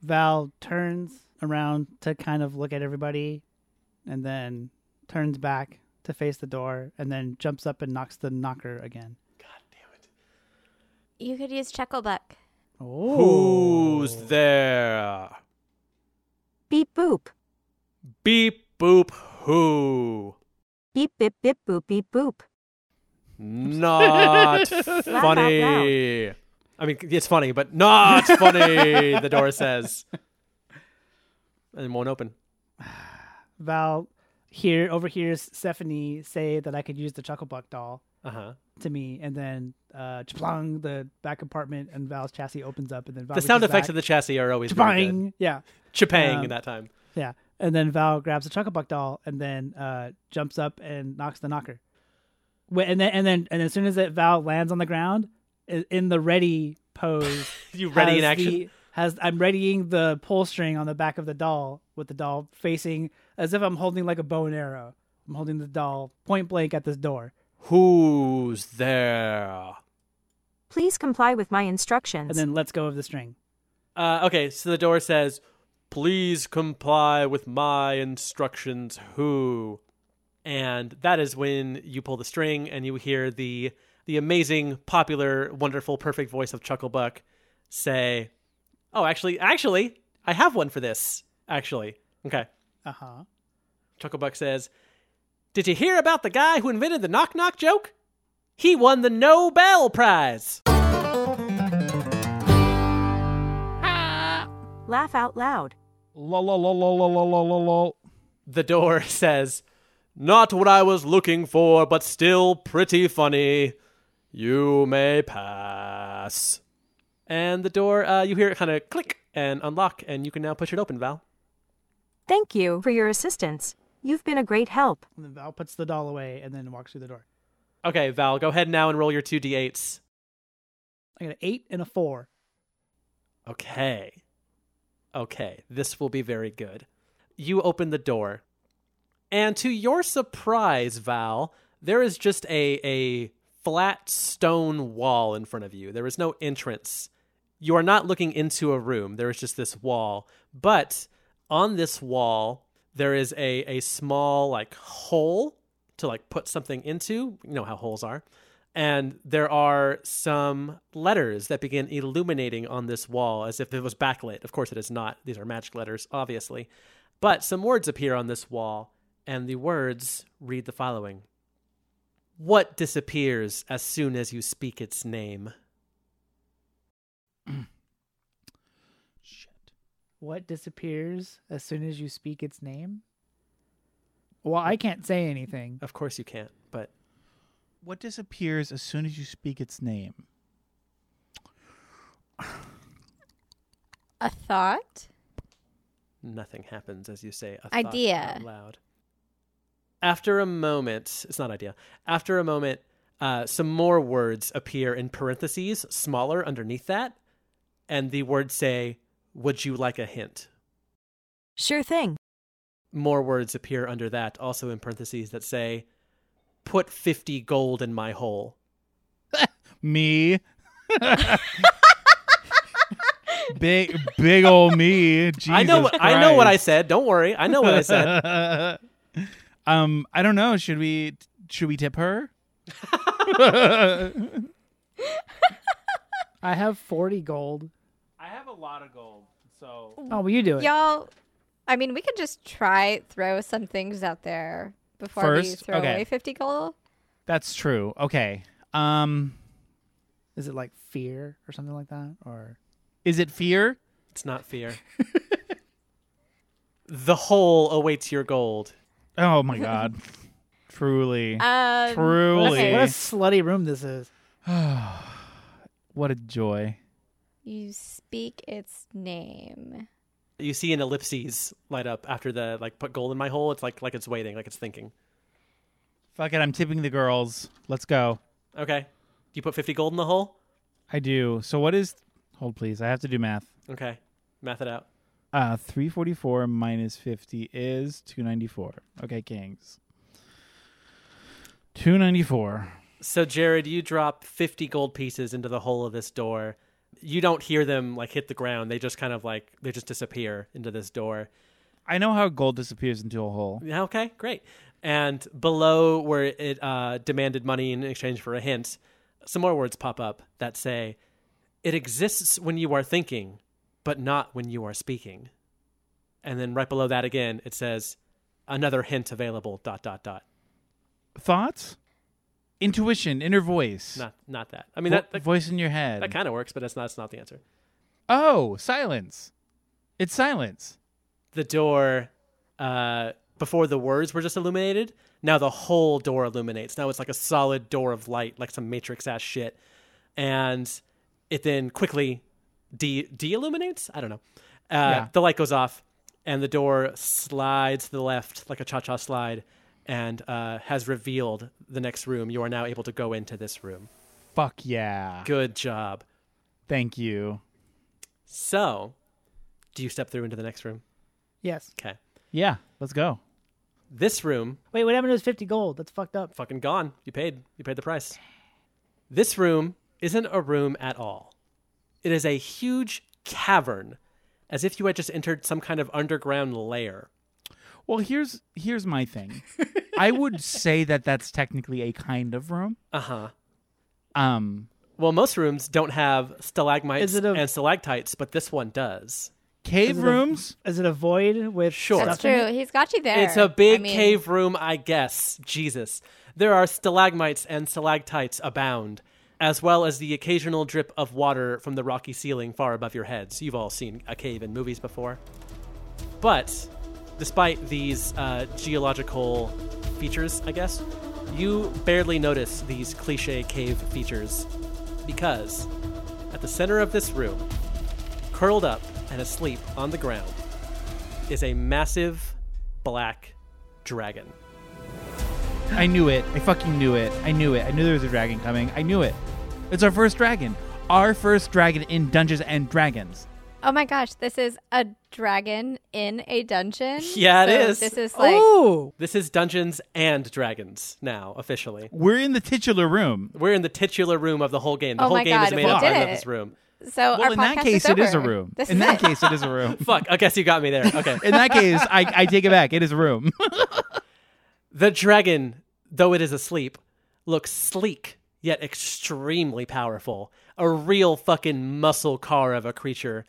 Speaker 3: Val turns around to kind of look at everybody and then turns back to face the door and then jumps up and knocks the knocker again.
Speaker 4: You could use Chucklebuck.
Speaker 3: Oh.
Speaker 2: Who's there?
Speaker 8: Beep boop.
Speaker 2: Beep boop who?
Speaker 8: Beep bip bip boop beep boop.
Speaker 3: <laughs>
Speaker 2: Not funny. I mean, it's funny, but
Speaker 3: <laughs>
Speaker 2: not funny. the door says, and won't open.
Speaker 3: Val here overhears Stephanie say that I could use the Chucklebuck doll
Speaker 2: Uh huh.
Speaker 3: to me and then uh chaplong the back compartment and Val's chassis opens up and then Val
Speaker 2: The sound
Speaker 3: reaches
Speaker 2: effects of
Speaker 3: back.
Speaker 2: the chassis are always really good.
Speaker 3: Chapang! Yeah.
Speaker 2: Chapang
Speaker 3: Um,
Speaker 2: that time.
Speaker 3: Yeah. And then Val grabs the Chuckabuck doll and then uh, jumps up and knocks the knocker. Wait, and then and then and as soon as that Val lands on the ground i- in the ready pose,
Speaker 2: You <laughs> ready in
Speaker 3: has
Speaker 2: action?
Speaker 3: the- has I'm readying the pull string on the back of the doll with the doll facing as if I'm holding like a bow and arrow. I'm holding the doll point blank at this door,
Speaker 2: Who's there?
Speaker 8: Please comply with my instructions.
Speaker 3: and then lets go of the string.
Speaker 2: Uh, okay, so the door says, "Please comply with my instructions." Who? And that is when you pull the string and you hear the the amazing, popular, wonderful, perfect voice of Chucklebuck say, "Oh, actually, actually, I have one for this. Actually, okay."
Speaker 3: Uh huh.
Speaker 2: Chucklebuck says, "Did you hear about the guy who invented the knock knock joke? He won the Nobel Prize."
Speaker 8: Laugh out loud.
Speaker 5: La la la la la la la la la.
Speaker 2: the door <laughs> says, Not what I was looking for, but still pretty funny. You may pass. And the door, uh, you hear it kind of click and unlock, and you can now push it open, Val.
Speaker 8: Thank you for your assistance. You've been a great help.
Speaker 3: And then Val puts the doll away and then walks through the door.
Speaker 2: Okay, Val, go ahead now and roll your two d8s.
Speaker 3: I got an eight and a four.
Speaker 2: Okay. Okay, this will be very good. You open the door. And to your surprise, Val, there is just a a flat stone wall in front of you. There is no entrance. You are not looking into a room. There is just this wall. But on this wall, there is a a small like hole to like put something into. You know how holes are. And there are some letters that begin illuminating on this wall as if it was backlit. Of course, it is not. These are magic letters, obviously. But some words appear on this wall, and the words read the following What disappears as soon as you speak its name?
Speaker 3: What disappears as soon as you speak its name? Well, I can't say anything.
Speaker 2: Of course, you can't, but
Speaker 5: What disappears as soon as you speak its name?
Speaker 4: A thought?
Speaker 2: nothing happens as you say a thought
Speaker 4: Idea.
Speaker 2: out loud. After a moment, it's not idea. After a moment, uh, some more words appear in parentheses, smaller underneath that, and the words say, "Would you like a hint?"
Speaker 8: Sure thing.
Speaker 2: More words appear under that, also in parentheses, that say, "Put fifty gold in my hole."
Speaker 5: Me. big big old me.
Speaker 2: I know. What, I know what I said. Don't worry. I know what I said.
Speaker 5: said. um, I don't know. Should we should we tip her?
Speaker 3: I have 40 gold.
Speaker 2: I have a lot of gold, so
Speaker 3: Oh, will you do it?
Speaker 4: Y'all, I mean, we could just try throw some things out there before we
Speaker 5: First?
Speaker 4: throw
Speaker 5: Okay.
Speaker 4: away 50 gold.
Speaker 5: That's true. Okay. Um,
Speaker 3: Is it like fear or something like that? Or
Speaker 5: is it fear?
Speaker 2: it's not fear. the hole awaits your gold.
Speaker 5: Oh my
Speaker 2: <laughs>
Speaker 5: god. Truly.
Speaker 4: Um,
Speaker 5: Truly.
Speaker 4: okay.
Speaker 3: what a slutty room this is.
Speaker 5: <sighs> what a joy.
Speaker 4: You speak its name.
Speaker 2: you see an ellipses light up after the like put gold in my hole it's like like it's waiting like it's thinking
Speaker 5: Fuck it, I'm tipping the girls. Let's go.
Speaker 2: okay you put 50 gold in the hole
Speaker 5: I do. So what is Hold please. I have to do math.
Speaker 2: okay math it out
Speaker 5: Uh 344 minus 50 is 294. Okay, kings. 294.
Speaker 2: so jared you drop 50 gold pieces into the hole of this door you don't hear them like hit the ground they just kind of like they just disappear into this door
Speaker 5: I know how gold disappears into a hole.
Speaker 2: Yeah, okay great and below where it uh, demanded money in exchange for a hint some more words pop up that say it exists when you are thinking, but not when you are speaking. And then right below that again, it says, another hint available, dot, dot, dot.
Speaker 5: Thoughts? Intuition, inner voice.
Speaker 2: Not, not that. I mean, that,
Speaker 5: Vo-
Speaker 2: that,
Speaker 5: voice in your head.
Speaker 2: that kind of works, but that's not, that's not the answer.
Speaker 5: oh, silence. It's silence.
Speaker 2: The door, uh, before the words were just illuminated, now the whole door illuminates. Now it's like a solid door of light, like some Matrix ass shit. And it then quickly de illuminates? I don't know. Uh,
Speaker 5: Yeah.
Speaker 2: The light goes off, and the door slides to the left like a cha cha slide, and uh, has revealed the next room. You are now able to go into this room.
Speaker 5: Fuck yeah.
Speaker 2: Good job.
Speaker 5: Thank you.
Speaker 2: So, do you step through into the next room?
Speaker 3: Yes.
Speaker 2: Okay.
Speaker 5: Yeah, let's go.
Speaker 2: This room
Speaker 3: Wait, what happened to his 50 gold? That's fucked up.
Speaker 2: fucking gone. You paid. You paid the price. This room isn't a room at all. It is a huge cavern, as if you had just entered some kind of underground lair.
Speaker 5: Well, here's here's my
Speaker 2: <laughs>
Speaker 5: thing. I would say that that's technically a kind of room.
Speaker 2: Uh huh.
Speaker 5: Um,
Speaker 2: Well, most rooms don't have stalagmites
Speaker 3: Is it a-
Speaker 2: and stalactites, but this one does.
Speaker 5: cave
Speaker 3: Is it
Speaker 2: <laughs>
Speaker 3: a-
Speaker 5: rooms. <laughs>
Speaker 3: Is it a void with
Speaker 2: Sure.
Speaker 3: stuff
Speaker 4: That's
Speaker 3: in
Speaker 4: true.
Speaker 3: it?
Speaker 4: He's got you there.
Speaker 2: It's a big
Speaker 4: I mean,
Speaker 2: cave room, I guess. Jesus. There are stalagmites and stalactites abound, as well as the occasional drip of water from the rocky ceiling far above your heads. You've all seen a cave in movies before. But despite these uh, geological features, I guess, you barely notice these cliche cave features because At the center of this room, curled up and asleep on the ground, is a massive black dragon.
Speaker 5: I knew it. I fucking knew it. I knew it. I knew there was a dragon coming. I knew it. It's our first dragon. Our first dragon in Dungeons and Dragons.
Speaker 4: Oh my gosh, this is a dragon in a dungeon.
Speaker 2: Yeah, it
Speaker 4: So
Speaker 2: is.
Speaker 4: This is like
Speaker 3: oh,
Speaker 2: This is Dungeons and Dragons now, officially.
Speaker 5: We're in the titular room.
Speaker 2: We're in the titular room of the whole game. The
Speaker 4: Oh
Speaker 2: whole
Speaker 4: my
Speaker 2: game is
Speaker 4: God,
Speaker 2: made
Speaker 4: we
Speaker 2: up out
Speaker 4: did
Speaker 2: of
Speaker 4: it.
Speaker 2: this room.
Speaker 4: so.
Speaker 5: Well,
Speaker 4: Oh, our
Speaker 5: in that
Speaker 4: podcast
Speaker 5: case,
Speaker 4: is
Speaker 5: it is a
Speaker 4: over.
Speaker 5: room.
Speaker 4: This
Speaker 5: in
Speaker 4: is
Speaker 5: that
Speaker 4: it.
Speaker 5: case, it is a room.
Speaker 2: Fuck, I guess you got me there. Okay.
Speaker 5: <laughs> In that case, I, I take it back. It is a room. <laughs>
Speaker 2: the dragon, though it is asleep, looks sleek yet extremely powerful. A real fucking muscle car of a creature.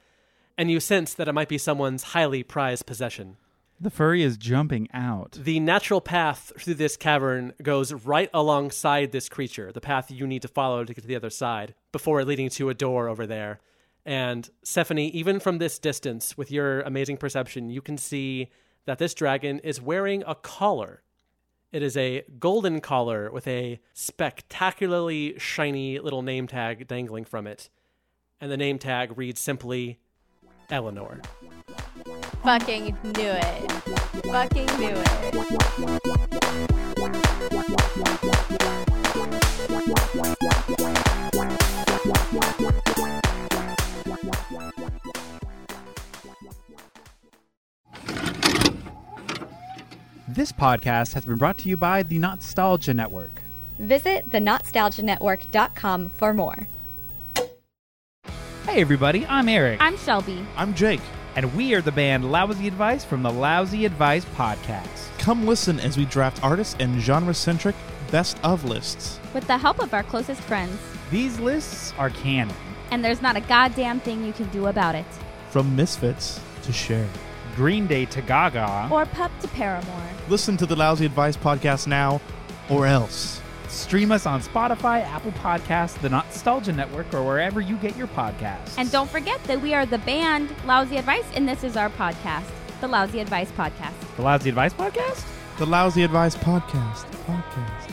Speaker 2: And you sense that it might be someone's highly prized possession.
Speaker 5: the furry is jumping out.
Speaker 2: The natural path through this cavern goes right alongside this creature, the path you need to follow to get to the other side, before leading to a door over there. And Stephanie, even from this distance, with your amazing perception, you can see that this dragon is wearing a collar. It is a golden collar with a spectacularly shiny little name tag dangling from it. And the name tag reads simply Eleanor.
Speaker 4: Fucking knew it. Fucking knew it.
Speaker 5: This podcast has been brought to you by the Nostalgia Network.
Speaker 4: Visit the nostalgianetwork.com for more.
Speaker 5: Hey, everybody, I'm Eric.
Speaker 11: I'm Shelby.
Speaker 12: I'm Jake.
Speaker 5: and we are the band Lousy Advice from the Lousy Advice Podcast.
Speaker 12: Come listen as we draft artist and genre centric best of lists.
Speaker 11: With the help of our closest friends,
Speaker 5: These lists are canon.
Speaker 11: and there's not a goddamn thing you can do about it.
Speaker 12: From Misfits to Share.
Speaker 5: Green Day to Gaga,
Speaker 11: Or pup to Paramore.
Speaker 12: Listen to the Lousy Advice Podcast now or else.
Speaker 5: stream us on Spotify, Apple Podcasts, the Nostalgia Network, or wherever you get your podcasts.
Speaker 11: And don't forget that we are the band Lousy Advice, and this is our podcast, the Lousy Advice Podcast.
Speaker 5: the Lousy Advice Podcast?
Speaker 12: The Lousy Advice Podcast. Podcast.